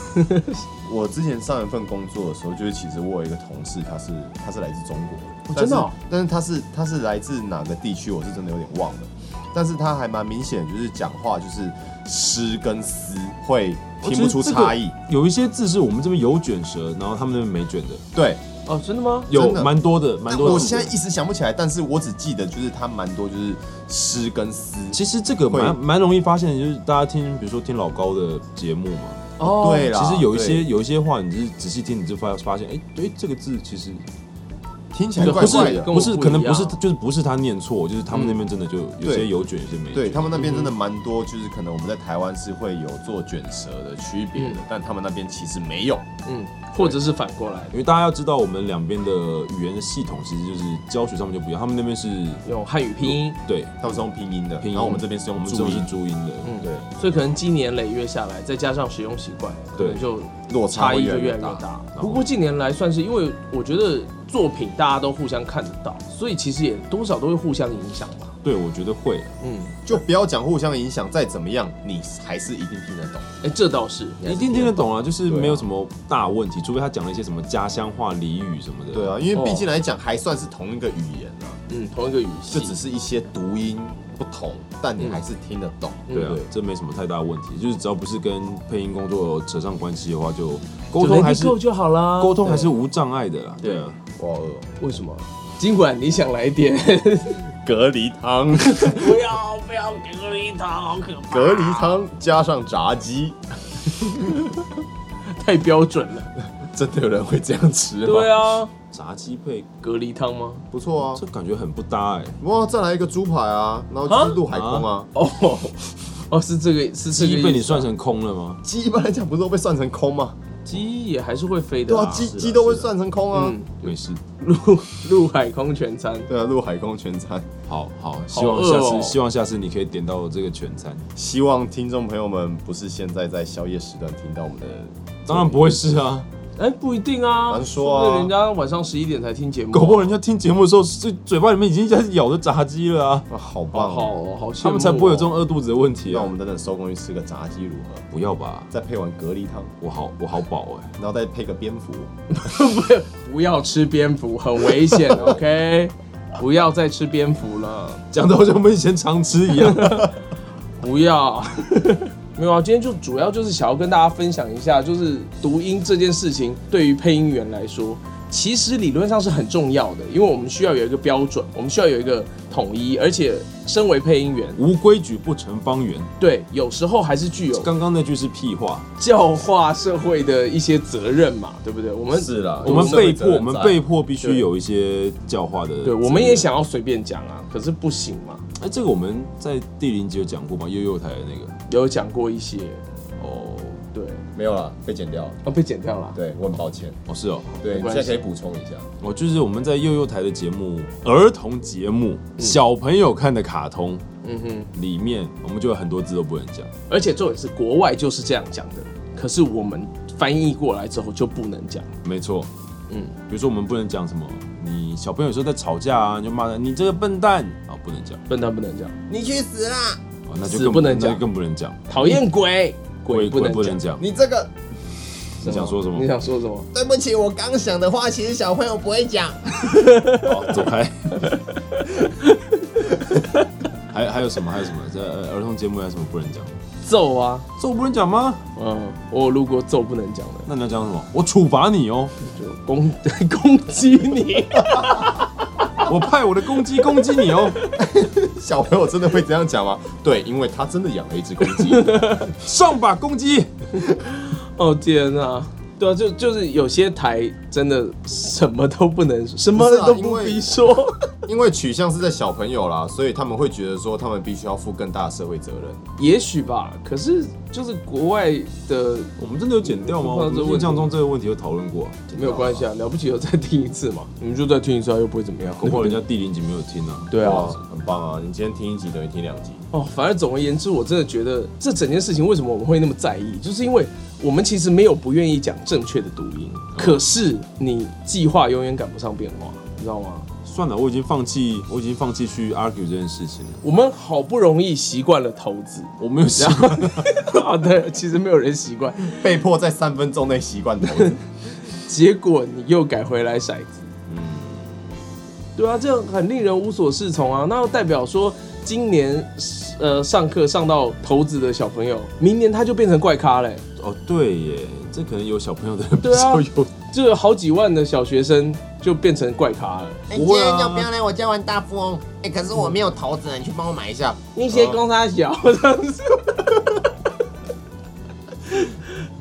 Speaker 1: 我之前上一份工作的时候，就是其实我有一个同事，他是他是来自中国，但
Speaker 3: 真
Speaker 1: 是
Speaker 3: 的哦
Speaker 1: 但是他是他是来自哪个地区，我是真的有点忘了。但是他还蛮明显，就是讲话就是诗跟思会听不出差异。
Speaker 2: 有一些字是我们这边有卷舌，然后他们那边没卷的，
Speaker 1: 对，
Speaker 3: 哦，真的吗？
Speaker 2: 有
Speaker 1: 真的
Speaker 2: 蛮多的，蛮
Speaker 1: 但
Speaker 2: 多的字的。
Speaker 1: 我现在一时想不起来，但是我只记得就是他蛮多就是诗跟思。
Speaker 2: 其实这个
Speaker 1: 会
Speaker 2: 蛮蛮容易发现的，就是大家听，比如说听老高的节目嘛，
Speaker 3: 哦，
Speaker 1: 对啦，
Speaker 2: 其实有一些
Speaker 1: 对
Speaker 2: 有一些话，你就是仔细听，你就发发现，哎、对，这个字其实
Speaker 1: 听起来怪
Speaker 2: 不是
Speaker 1: 怪的
Speaker 3: 跟，
Speaker 2: 不
Speaker 3: 我
Speaker 2: 是，
Speaker 3: 不
Speaker 2: 可能
Speaker 3: 一样
Speaker 2: 不是，就是不是他念错，就是他们那边真的就有些
Speaker 1: 对
Speaker 2: 有卷，有些没卷。
Speaker 1: 对他们
Speaker 2: 嗯
Speaker 1: 那边真的蛮多，就是可能我们在台湾是会有做卷舌的区别
Speaker 3: 嗯
Speaker 1: 的，但他们那边其实没有。
Speaker 3: 嗯，或者是反过来
Speaker 2: 因为大家要知道，我们两边的语言的系统其实就是教学上面就不一样，他们那边是
Speaker 3: 用汉语拼音，
Speaker 2: 对
Speaker 1: 他们是用拼音的，
Speaker 2: 拼音，
Speaker 1: 然后我们这边是
Speaker 2: 我
Speaker 1: 用
Speaker 2: 们这
Speaker 1: 注
Speaker 2: 边是
Speaker 1: 音，
Speaker 2: 注音的，
Speaker 3: 嗯，
Speaker 1: 对，
Speaker 3: 所以可能积年累月下来，再加上使用习惯，可能
Speaker 2: 对
Speaker 3: 就
Speaker 1: 落差
Speaker 3: 差
Speaker 1: 会
Speaker 3: 异
Speaker 1: 越
Speaker 3: 就
Speaker 1: 来
Speaker 3: 越来
Speaker 1: 越
Speaker 3: 越
Speaker 1: 大。
Speaker 3: 大。不过近年来算是，因为我觉得作品大家都互相看得到，所以其实也多少都会互相影响吧。
Speaker 2: 对，我觉得会。
Speaker 3: 嗯，
Speaker 1: 就不要讲互相影响，再怎么样，你还是一啊定听得懂。
Speaker 3: 哎，这倒是，
Speaker 2: 一定听得懂啊，就是没有什么大问题，除非他讲了一些什么家乡话、俚语什么的。
Speaker 1: 对啊，，因为毕竟来讲还算是同一个语言啊，
Speaker 3: 嗯，同一个语
Speaker 1: 就
Speaker 3: 系，
Speaker 1: 只是一些读音不同，但你还是听得懂。
Speaker 3: 嗯
Speaker 2: 对啊
Speaker 1: 对，
Speaker 2: 这没什么太大问题，就是只要不是跟配音工作扯上关系的话，就
Speaker 3: 就
Speaker 2: 沟通还
Speaker 3: let it
Speaker 2: 是
Speaker 3: go 就好啦。
Speaker 2: 沟通还是无障碍的啦。
Speaker 3: 对
Speaker 2: 对啊，
Speaker 1: 我好饿哦，
Speaker 3: 对为什么？尽管你想来点，
Speaker 1: 隔离汤，
Speaker 3: 不要不要隔离它，好可怕，
Speaker 1: 隔离汤加上炸鸡，
Speaker 3: 太标准了。
Speaker 1: 真的有人会这样吃吗？
Speaker 3: 对，啊，
Speaker 2: 炸鸡配
Speaker 3: 隔离汤吗？
Speaker 1: 不错啊
Speaker 2: 这。感觉很不搭哎、
Speaker 1: 哇，再来一个猪排啊，然后就是陆海空啊。
Speaker 3: 哦哦，是这个是这个意
Speaker 2: 鸡
Speaker 3: 思啊，
Speaker 2: 被你算成空了吗？
Speaker 1: 鸡一般来讲不是都被算成空吗？
Speaker 3: 鸡也还是会飞的
Speaker 1: 对
Speaker 3: 啦，
Speaker 1: 啊，鸡
Speaker 2: 是的
Speaker 1: 鸡都会算成空啊
Speaker 3: 嗯。
Speaker 2: 没事，
Speaker 3: 陆陆海空全餐。
Speaker 1: 对啊，陆海空全餐。
Speaker 2: 好好，希望
Speaker 3: 饿
Speaker 2: 下
Speaker 3: 哦
Speaker 2: 次、希望下次你可以点到这个全餐，
Speaker 1: 希望听众朋友们不是现在在宵夜时段听到我们的，
Speaker 2: 当然不会是啊，
Speaker 3: 哎，不一定啊，
Speaker 1: 难说啊
Speaker 3: 说不定人家晚上十一点才听节目啊，
Speaker 2: 搞不好人家听节目的时候，这嘴巴里面已经在咬着炸鸡了啊，
Speaker 1: 啊，好棒
Speaker 3: 好好
Speaker 1: 哦！
Speaker 3: 哦好羡慕哦，
Speaker 2: 他们才不会有这种饿肚子的问题
Speaker 1: 让
Speaker 2: 啊
Speaker 1: 我。们等等收工去吃个炸鸡如何？
Speaker 2: 不要吧，
Speaker 1: 再配碗蛤蜊汤，
Speaker 2: 我好我好饱哎、
Speaker 1: 然后再配个蝙蝠。
Speaker 3: 不要吃蝙蝠，很危 险，OK？不要再吃蝙蝠了，
Speaker 2: 讲的好像我们以前常吃一样。
Speaker 3: 不要。 没有啊，今天就主要就是想要跟大家分享一下，就是读音这件事情对于配音员来说，其实理论上是很重要的，因为我们需要有一个标准，我们需要有一个统一，而且身为配音员，
Speaker 2: 无规矩不成方圆。
Speaker 3: 对，有时候还是具有
Speaker 2: 刚刚那句是屁话，
Speaker 3: 教化社会的一些责任嘛，对不对？我们
Speaker 1: 是啦，
Speaker 2: 我们被迫，我们被
Speaker 1: 迫，
Speaker 2: 迫必须
Speaker 3: 对
Speaker 2: 有一些教化的责任。
Speaker 3: 对，我们也想要随便讲啊，可是不行嘛，
Speaker 2: 哎，这个我们在第零集有讲过吗？悠悠台的那个
Speaker 3: 有讲过一些，
Speaker 2: 哦
Speaker 3: 对，
Speaker 1: 没有了，被剪掉了。
Speaker 3: 啊被剪掉了，
Speaker 1: 对，我很抱歉。
Speaker 2: 哦是哦，
Speaker 1: 对，
Speaker 3: 没
Speaker 1: 你
Speaker 3: 关
Speaker 1: 现
Speaker 3: 系
Speaker 1: 在可以补充一下。
Speaker 2: 哦就是我们在悠悠台的节目，儿童节目，小朋友看的卡通
Speaker 3: 嗯哼。
Speaker 2: 里面，我们就有很多字都不能讲。
Speaker 3: 而且重点是国外就是这样讲的，可是我们翻译过来之后就不能讲。
Speaker 2: 没错，
Speaker 3: 嗯，
Speaker 2: 比如说我们不能讲什么，你小朋友有时候在吵架啊，你就骂他你这个笨蛋啊，不能讲，
Speaker 3: 笨蛋不能讲，
Speaker 1: 你去死啦！
Speaker 2: 啊那就
Speaker 3: 死
Speaker 2: 更
Speaker 3: 不能
Speaker 2: 那
Speaker 3: 讲
Speaker 2: 就更不能讲，
Speaker 3: 讨厌鬼，
Speaker 2: 鬼
Speaker 3: 不
Speaker 2: 鬼
Speaker 3: 能
Speaker 2: 不能
Speaker 3: 讲。
Speaker 2: 讲，
Speaker 1: 你这个，
Speaker 3: 什么
Speaker 2: 你想说什么
Speaker 3: 你想说什么？
Speaker 1: 对不起，我刚想的话，其实小朋友不会讲。
Speaker 2: 好走开。 还还有什么？还有什么？在呃儿童节目还有什么不能讲？
Speaker 3: 揍啊，
Speaker 2: 这我不能讲吗？
Speaker 3: 嗯，我有路过揍不能讲的，
Speaker 2: 那你要讲什么？我处罚你哦，
Speaker 3: 就攻 攻击你。
Speaker 2: 我派我的公鸡攻击你哦，
Speaker 1: 小朋友真的会这样讲吗？对，因为他真的养了一只公鸡。
Speaker 2: 上吧公鸡！
Speaker 3: 哦天啊！对啊，就就是有些台真的什么都不能， 什么
Speaker 1: 不是啊
Speaker 3: 都不
Speaker 1: 因为
Speaker 3: 必说。
Speaker 1: 因为取向是在小朋友啦，所以他们会觉得说，他们必须要负更大的社会责任。
Speaker 3: 也许吧，可是就是国外的
Speaker 2: 我们真的有剪掉吗？
Speaker 3: 我不
Speaker 2: 我
Speaker 3: 知道这个问题
Speaker 2: 们印象中这个问题有讨论过、啊，剪掉
Speaker 3: 没有关系啊，了不起有再听一次嘛，你们就再听一次啊，又不会怎么样。
Speaker 2: 恐怕人家第零集没有听啊。
Speaker 3: 对啊
Speaker 1: 哇，，很棒啊！你今天听一集等于听两集。
Speaker 3: 哦，反而总而言之，我真的觉得这整件事情为什么我们会那么在意，就是因为我们其实没有不愿意讲正确的读音，可是你计划永远赶不上变化，你知道吗？
Speaker 2: 算了，我已经放弃，我已经放弃去 argue 这件事情了。
Speaker 3: 我们好不容易习惯了投资，
Speaker 2: 我没有想，
Speaker 3: 啊，对，其实没有人习惯，
Speaker 1: 被迫在三分钟内习惯投 资，
Speaker 3: 结果你又改回来骰子，对啊，这样很令人无所适从啊。那代表说，今年呃上课上到投资的小朋友，明年他就变成怪咖嘞、
Speaker 2: 哦，对耶，这可能有小朋友的人比
Speaker 3: 对啊
Speaker 2: 较有。
Speaker 3: 就有好几万的小学生就变成怪咖了。
Speaker 6: 哎
Speaker 2: 不
Speaker 6: 你
Speaker 2: 会
Speaker 6: 今
Speaker 2: 啊
Speaker 6: 天要不要来我家玩大富翁？哎、可是我没有桃子，你去帮我买一下。
Speaker 3: 你些公差小，这样子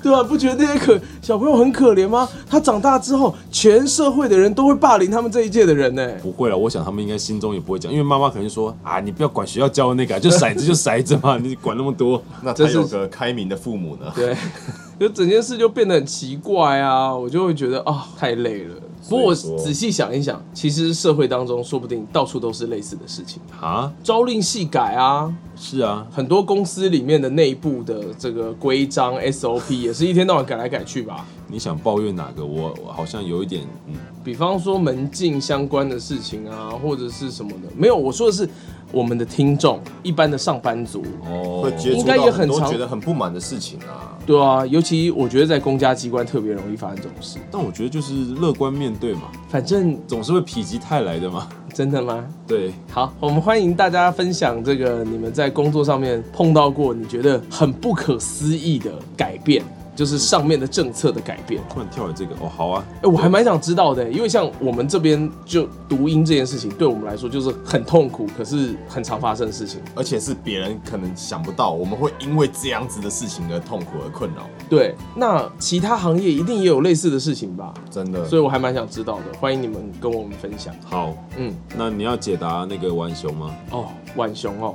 Speaker 3: 对吧、不觉得那些可小朋友很可怜吗？他长大之后，全社会的人都会霸凌他们这一届的人呢、
Speaker 2: 不会了，我想他们应该心中也不会讲，因为妈妈可能就说啊，你不要管学校教的 那个啊，就骰子就骰子嘛，你管那么多。
Speaker 1: 那他
Speaker 3: 这是
Speaker 1: 有个开明的父母呢。
Speaker 3: 对， 就整件事就变得很奇怪啊，我就会觉得啊、太累了。不过我
Speaker 1: 所以说
Speaker 3: 仔细想一想，其实社会当中说不定到处都是类似的事情，
Speaker 2: 啊，
Speaker 3: 朝令夕改啊，
Speaker 2: 是啊，
Speaker 3: 很多公司里面的内部的这个规章 SOP 也是一天到晚改来改去吧。
Speaker 2: 你想抱怨哪个？我我好像有一点，嗯，
Speaker 3: 比方说门禁相关的事情啊，或者是什么的，没有，我说的是我们的听众，一般的上班族，
Speaker 2: 哦，
Speaker 1: 会接触
Speaker 3: 应该
Speaker 1: 到
Speaker 3: 也
Speaker 1: 很
Speaker 3: 很
Speaker 1: 多
Speaker 3: 常
Speaker 1: 觉得很不满的事情啊。
Speaker 3: 对啊，尤其我觉得在公家机关特别容易发生这种事。
Speaker 2: 但我觉得就是乐观面对嘛，
Speaker 3: 反正
Speaker 2: 总是会否极泰来的嘛。
Speaker 3: 真的吗？
Speaker 2: 对，
Speaker 3: 好，我们欢迎大家分享这个你们在工作上面碰到过你觉得很不可思议的改变，就是上面的政策的改变。
Speaker 2: 突然跳了这个，哦，好啊，
Speaker 3: 哎、我还蛮想知道的，因为像我们这边就读音这件事情，对我们来说就是很痛苦，可是很常发生的事情。
Speaker 1: 而且是别人可能想不到，我们会因为这样子的事情而痛苦而困扰，
Speaker 3: 对，那其他行业一定也有类似的事情吧？
Speaker 1: 真的。
Speaker 3: 所以我还蛮想知道的，欢迎你们跟我们分享。
Speaker 2: 好，
Speaker 3: 嗯，
Speaker 2: 那你要解答那个浣熊吗？
Speaker 3: 哦，浣熊哦，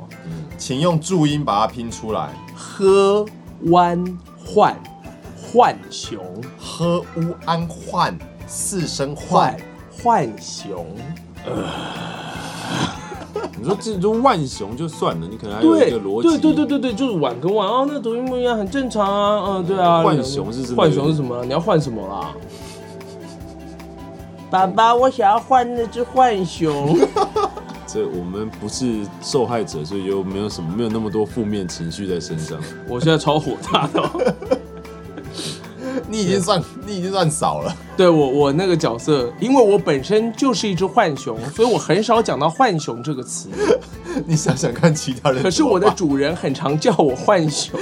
Speaker 1: 请用注音把它拼出来。
Speaker 3: 喝弯换浣熊
Speaker 1: 喝乌安患，四声患
Speaker 3: 浣，浣熊，
Speaker 2: 你说这种浣熊就算了，你可能还有一
Speaker 3: 对
Speaker 2: 个逻辑，
Speaker 3: 对对对对对，就是碗跟碗哦，那读音不一样，很正常啊。嗯、对啊，
Speaker 2: 浣熊是真的
Speaker 3: 浣熊是什么啊？你要换什么啦？爸爸，我想要换那只浣 熊。
Speaker 2: 这我们不是受害者，所以就没有什么没有那么多负面情绪在身上。
Speaker 3: 我现在超火大的哦、
Speaker 1: 你已经算你已经算少了。
Speaker 3: 对我我那个角色，因为我本身就是一只浣熊，所以我很少讲到浣熊这个 词。
Speaker 1: 你想想看，其他人
Speaker 3: 可是
Speaker 1: 怎么
Speaker 3: 我的
Speaker 1: 办
Speaker 3: 主人很常叫我浣熊，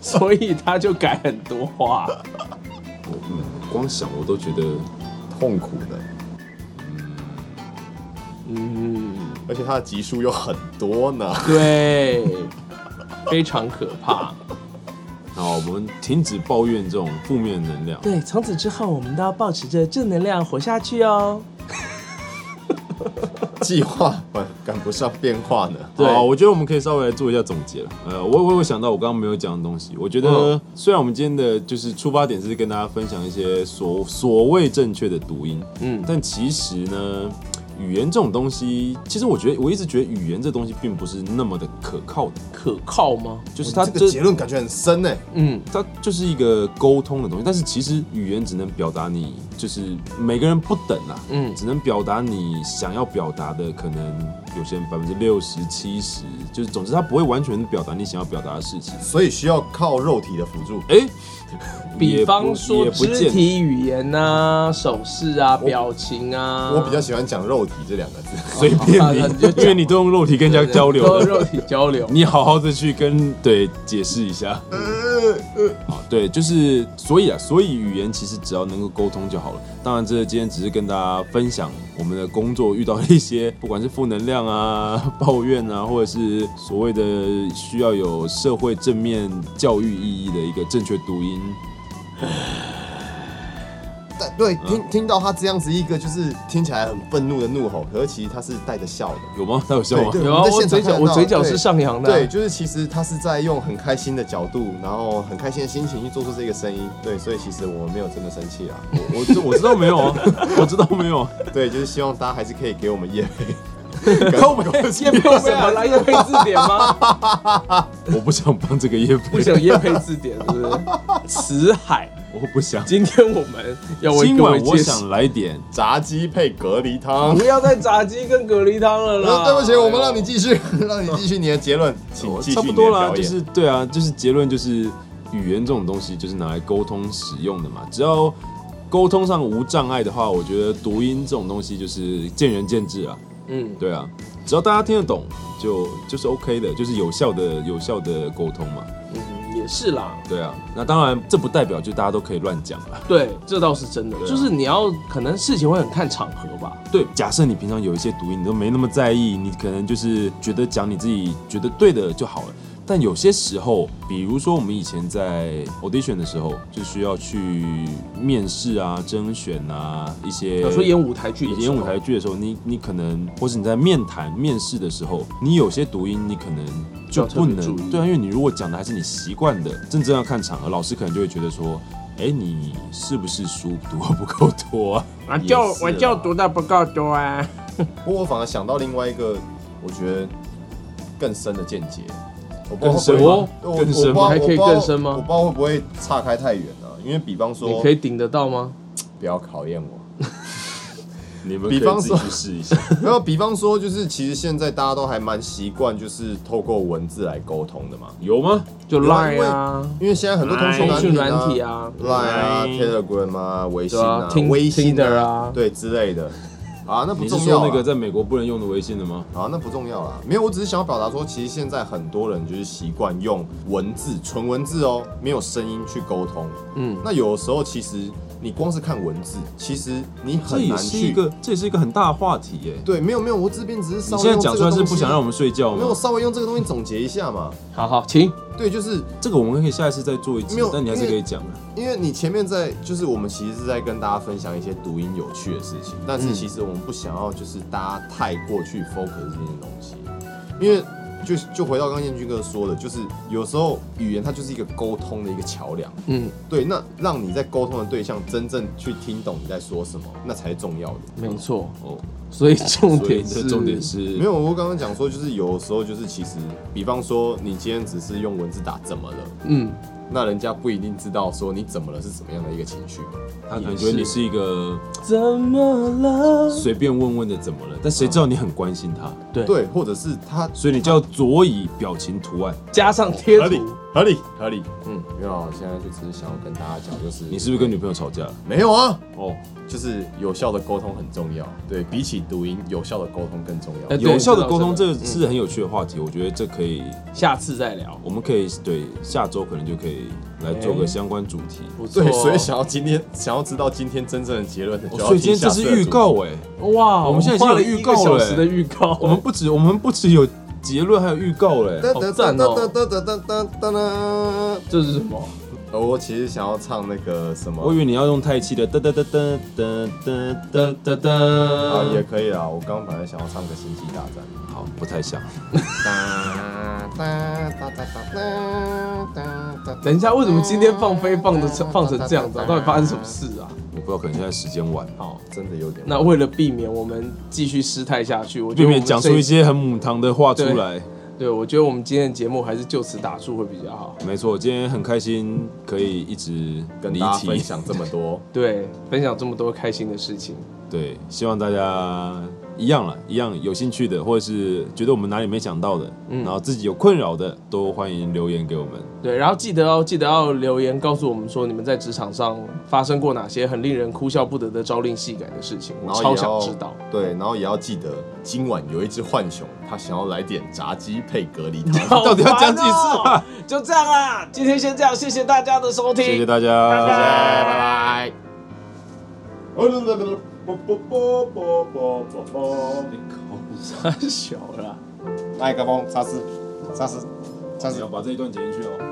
Speaker 3: 所以他就改很多话。
Speaker 2: 我嗯，光想我都觉得
Speaker 1: 痛苦的，
Speaker 3: 嗯，
Speaker 1: 而且它的集数有很多呢。
Speaker 3: 对，非常可怕。
Speaker 2: 好，我们停止抱怨这种负面能量。
Speaker 3: 对，从此之后我们都要保持着正能量活下去哦。
Speaker 1: 计划赶赶不上变化呢。
Speaker 3: 对
Speaker 2: 好，我觉得我们可以稍微来做一下总结了。呃，我我有想到我刚刚没有讲的东西，我觉得
Speaker 3: 嗯
Speaker 2: 虽然我们今天的就是出发点是跟大家分享一些所所谓正确的读音，
Speaker 3: 嗯，
Speaker 2: 但其实呢，语言这种东西，其实我觉得我一直觉得语言这东西并不是那么的可靠的，
Speaker 3: 可靠吗？
Speaker 2: 就是它
Speaker 1: 它这
Speaker 2: 这
Speaker 1: 个结论感觉很深呢。
Speaker 3: 嗯，
Speaker 2: 它就是一个沟通的东西，但是其实语言只能表达你，就是每个人不等啊，
Speaker 3: 嗯
Speaker 2: 只能表达你想要表达的，可能有些人百分之六十、七十，就是总之它不会完全表达你想要表达的事情。
Speaker 1: 所以需要靠肉体的辅助。
Speaker 2: 哎、
Speaker 3: 比方
Speaker 2: 也
Speaker 3: 说
Speaker 2: 不也
Speaker 3: 肢
Speaker 2: 不见
Speaker 3: 体语言啊、手势啊、表情啊，
Speaker 1: 我比较喜欢讲肉体这两个字，
Speaker 2: 随便你
Speaker 3: 哦好吧那你就，讲
Speaker 2: 因为你都用肉体跟人家交流
Speaker 3: 都
Speaker 2: 的，
Speaker 3: 肉体交 流。
Speaker 2: 你好好的去跟对解释一下。好，对，就是所以啊，所以语言其实只要能够沟通就好了。当然，这今天只是跟大家分享我们的工作遇到的一些，不管是负能量啊、 抱怨啊，或者是所谓的需要有社会正面教育意义的一个正确读音。
Speaker 1: 但对，听听到他这样子一个就是听起来很愤怒的怒吼，可是其实他是带着笑的。
Speaker 2: 有吗？他有笑
Speaker 1: 对
Speaker 2: 吗？
Speaker 1: 对，
Speaker 3: 有
Speaker 1: 我
Speaker 3: 啊，
Speaker 1: 们在
Speaker 3: 我
Speaker 1: 现场
Speaker 3: 嘴角
Speaker 1: 看得
Speaker 3: 我
Speaker 1: 到
Speaker 3: 嘴角
Speaker 1: 对
Speaker 3: 是上扬的啊、
Speaker 1: 对，就是其实他是在用很开心的角度，然后很开心的心情去做出这个声音。对，所以其实我们没有真的生 气啊。
Speaker 2: 我我知我知道没有啊，我知道没有啊。
Speaker 1: 对，就是希望大家还是可以给我 们叶配。
Speaker 2: 靠北
Speaker 3: 叶配什么来叶配字典 吗？
Speaker 2: 我不想帮这个业
Speaker 3: 不
Speaker 2: 配，
Speaker 3: 想叶配字典，是不是？辞海，
Speaker 2: 我不想。
Speaker 3: 今天我们要为
Speaker 2: 今
Speaker 3: 各
Speaker 2: 晚
Speaker 3: 位
Speaker 2: 我
Speaker 3: 介
Speaker 2: 想
Speaker 3: 绍，
Speaker 2: 来点
Speaker 1: 炸鸡配隔 离汤。
Speaker 3: 不要再炸鸡跟蛤蜊汤了啦。
Speaker 1: 呃对不起，我们让你继续， 让你继续你的结论，
Speaker 3: 哦
Speaker 1: 请继续
Speaker 2: 差不
Speaker 1: 你的
Speaker 2: 多啦，
Speaker 1: 表
Speaker 2: 就
Speaker 1: 演。
Speaker 2: 是对啊，就是结论就是语言这种东西就是拿来沟通使用的嘛，只要沟通上无障碍的话，我觉得读音这种东西就是见仁见智啊，
Speaker 3: 嗯，
Speaker 2: 对啊，只要大家听得懂就就是 OK 的，就是有效的有效的沟通嘛，
Speaker 3: 嗯，也是啦。
Speaker 2: 对啊，那当然这不代表就大家都可以乱讲啊啦。
Speaker 3: 对，这倒是真的，
Speaker 2: 对啊
Speaker 3: 就是你要可能事情会很看场合吧。
Speaker 2: 对，假设你平常有一些读音，你都没那么在意，你可能就是觉得讲你自己觉得对的就好了。但有些时候，比如说我们以前在 audition 的时候，就需要去面试啊、甄选啊一些，
Speaker 3: 有时候演舞台剧的时候
Speaker 2: 演舞台剧的时候，你你可能，或是你在面谈、面试的时候，你有些读音，你可能就
Speaker 3: 要特别
Speaker 2: 不能
Speaker 3: 注意
Speaker 2: 对啊，因为你如果讲的还是你习惯的，真正要看场合，老师可能就会觉得说，哎，你是不是书读得不够多啊？
Speaker 3: 我
Speaker 2: 也是啊
Speaker 3: 的不够多啊。
Speaker 1: 不过我反而想到另外一个，我觉得更深的见解。我不知道
Speaker 2: 更
Speaker 1: 会
Speaker 2: 深
Speaker 1: 不会
Speaker 2: 吗
Speaker 1: 我
Speaker 2: 更深吗
Speaker 1: 我不知道
Speaker 3: 还可以
Speaker 1: 我不知道
Speaker 3: 哦更深吗
Speaker 1: 我不知道会不会岔开太远了、因为比方说，
Speaker 3: 你可以顶得到吗？
Speaker 1: 不要考验我。
Speaker 2: 你们
Speaker 1: 比
Speaker 2: 可以
Speaker 1: 方
Speaker 2: 自己
Speaker 1: 说
Speaker 2: 去试一下。
Speaker 1: 没有，比方说就是，其实现在大家都还蛮习惯，就是透过文字来沟通的嘛。
Speaker 2: 有吗？
Speaker 3: 就
Speaker 1: 有啊
Speaker 3: Line 啊，
Speaker 1: 因为现在很多通讯
Speaker 3: 哎通讯
Speaker 1: 软
Speaker 3: 软体
Speaker 1: 体
Speaker 3: 啊
Speaker 1: ，Line 啊、
Speaker 2: Line
Speaker 1: Telegram 啊、微信
Speaker 3: 对
Speaker 1: 啊、
Speaker 3: 啊，Tin-
Speaker 1: 微信
Speaker 3: Tinder 啊
Speaker 1: 对之类的。啊，那不
Speaker 2: 你是
Speaker 1: 重要
Speaker 2: 说
Speaker 1: 啊。
Speaker 2: 那个在美国不能用的微信的吗？
Speaker 1: 啊，那不重要啦。没有，我只是想要表达说，其实现在很多人就是习惯用文字、纯文字哦，没有声音去沟通。
Speaker 3: 嗯，
Speaker 1: 那有的时候，其实你光是看文字，其实你
Speaker 2: 这
Speaker 1: 很
Speaker 2: 也
Speaker 1: 难
Speaker 2: 是一
Speaker 1: 去。
Speaker 2: 个，这也是一个很大的话题耶。
Speaker 1: 对，没有没有，我这边只是稍
Speaker 2: 你
Speaker 1: 微
Speaker 2: 现在
Speaker 1: 用这
Speaker 2: 讲
Speaker 1: 个
Speaker 2: 出来是
Speaker 1: 东
Speaker 2: 不想
Speaker 1: 西
Speaker 2: 让我们睡觉啊
Speaker 1: 没有我
Speaker 2: 吗？
Speaker 1: 稍微用这个东西总结一下嘛。
Speaker 3: 好好，请
Speaker 1: 对，就是
Speaker 2: 这个我们可以下一次再做一次
Speaker 1: 没有，
Speaker 2: 但你还是可以讲的。啊
Speaker 1: 因为你前面在，就是我们其实是在跟大家分享一些读音有趣的事情，但是其实我们不想要就是大家太过去 focus 这些东西，因为就就回到刚刚彦军哥说的，就是有时候语言它就是一个沟通的一个桥梁，
Speaker 3: 嗯，
Speaker 1: 对，那让你在沟通的对象真正去听懂你在说什么，那才是重要的。
Speaker 3: 没错。
Speaker 2: 哦，
Speaker 3: 所以重
Speaker 2: 所以
Speaker 3: 点
Speaker 2: 这
Speaker 3: 是
Speaker 2: 重点是
Speaker 1: 没有，我刚刚讲说，就是有时候就是其实，比方说你今天只是用文字打怎么了，
Speaker 3: 嗯，
Speaker 1: 那人家不一定知道说你怎么了是怎么样的一个情绪。
Speaker 2: 他感觉得你是一个
Speaker 3: 怎么了？
Speaker 2: 随便问问的怎么了，但谁知道你很关心他，
Speaker 3: 对，
Speaker 1: 对，或者是他
Speaker 2: 所以你叫佐以表情图案。
Speaker 3: 加上贴
Speaker 2: 合理
Speaker 3: 图，
Speaker 1: 合理合理。
Speaker 3: 嗯
Speaker 1: 嗯，没有啊，我现在就只是想要跟大家讲，就是
Speaker 2: 你是不是跟女朋友吵架了？
Speaker 1: 没有啊，
Speaker 2: 哦，
Speaker 1: 就是有效的沟通很重要。对比起读音，有效的沟通更重
Speaker 3: 呃
Speaker 1: 要。
Speaker 3: 对
Speaker 2: 有效的沟
Speaker 3: 我
Speaker 2: 通
Speaker 3: 知
Speaker 2: 这是很有趣的话题，我觉得这可以，
Speaker 3: 下次再聊。
Speaker 2: 我们可以对下周可能就可以来做
Speaker 1: 哎
Speaker 2: 个相关主题。
Speaker 3: 不错，啊
Speaker 1: 对，所以想要今天想要知道今天真正的结论，
Speaker 2: 哦
Speaker 1: 就要
Speaker 2: 所以今
Speaker 1: 听
Speaker 2: 天这
Speaker 1: 下
Speaker 2: 是
Speaker 1: 次的主
Speaker 2: 预
Speaker 1: 题。
Speaker 2: 告哎，
Speaker 3: 哇，
Speaker 2: 我们现在已经有
Speaker 3: 花了一个
Speaker 2: 预告
Speaker 3: 小
Speaker 2: 了欸
Speaker 3: 时的预告，
Speaker 2: 我们不止我们不止有结论，还有预告欸嘞。
Speaker 1: 噔
Speaker 3: 好赞哦
Speaker 1: 噔噔噔噔噔噔噔
Speaker 3: 这是什么？
Speaker 1: 呃我其实想要唱那个什
Speaker 2: 我以
Speaker 1: 么
Speaker 2: 为你要用太气的噔噔噔噔噔噔噔噔
Speaker 1: 啊，也
Speaker 2: 噔，
Speaker 1: 可以啦。我刚刚本来想要唱个《星际大战》。
Speaker 2: 好，不太像。
Speaker 3: 等一下，为什么今天放飞放的
Speaker 2: 哎
Speaker 3: 放成这样子、啊？到底发生什么事啊？
Speaker 2: 我不知道，可能现在时间晚，
Speaker 1: 好，真的有点。
Speaker 3: 那为了避免我们继续失态下去，我觉
Speaker 2: 避
Speaker 3: 得我
Speaker 2: 免
Speaker 3: 们
Speaker 2: 讲
Speaker 3: 这
Speaker 2: 出一些很母汤的话出来。
Speaker 3: 对，我觉得我们今天的节目还是就此打住会比较好。
Speaker 2: 没错，今天很开心，可以一直
Speaker 1: 跟
Speaker 2: 离
Speaker 1: 大家分
Speaker 2: 题。
Speaker 1: 享这么多，
Speaker 3: 对，分享这么多开心的事情，
Speaker 2: 对，希望大家一样了，一样有兴趣的，或者是觉得我们哪里没讲到的，
Speaker 1: 嗯
Speaker 2: 然后自己有困扰的，都欢迎留言给我们。
Speaker 3: 对，然后记得哦，记得要留言告诉我们说你们在职场上发生过哪些很令人哭笑不得的朝令夕改的事情，我
Speaker 2: 哦
Speaker 1: 然后
Speaker 3: 超
Speaker 1: 也
Speaker 3: 想
Speaker 1: 要
Speaker 3: 知道。
Speaker 1: 对，然后也要记得今晚有一只浣熊，它想要来点炸鸡配隔离 汤。
Speaker 3: 好
Speaker 2: 到底要讲几次
Speaker 3: 烦哦
Speaker 2: 啊？
Speaker 3: 就这样啊，今天先这样，谢谢大家的收听，
Speaker 2: 谢谢大家，
Speaker 1: 拜拜。
Speaker 3: 太小了。
Speaker 1: 麦克风，沙斯，沙斯，沙
Speaker 2: 你
Speaker 1: 斯
Speaker 2: 要。把这一段剪进去哦。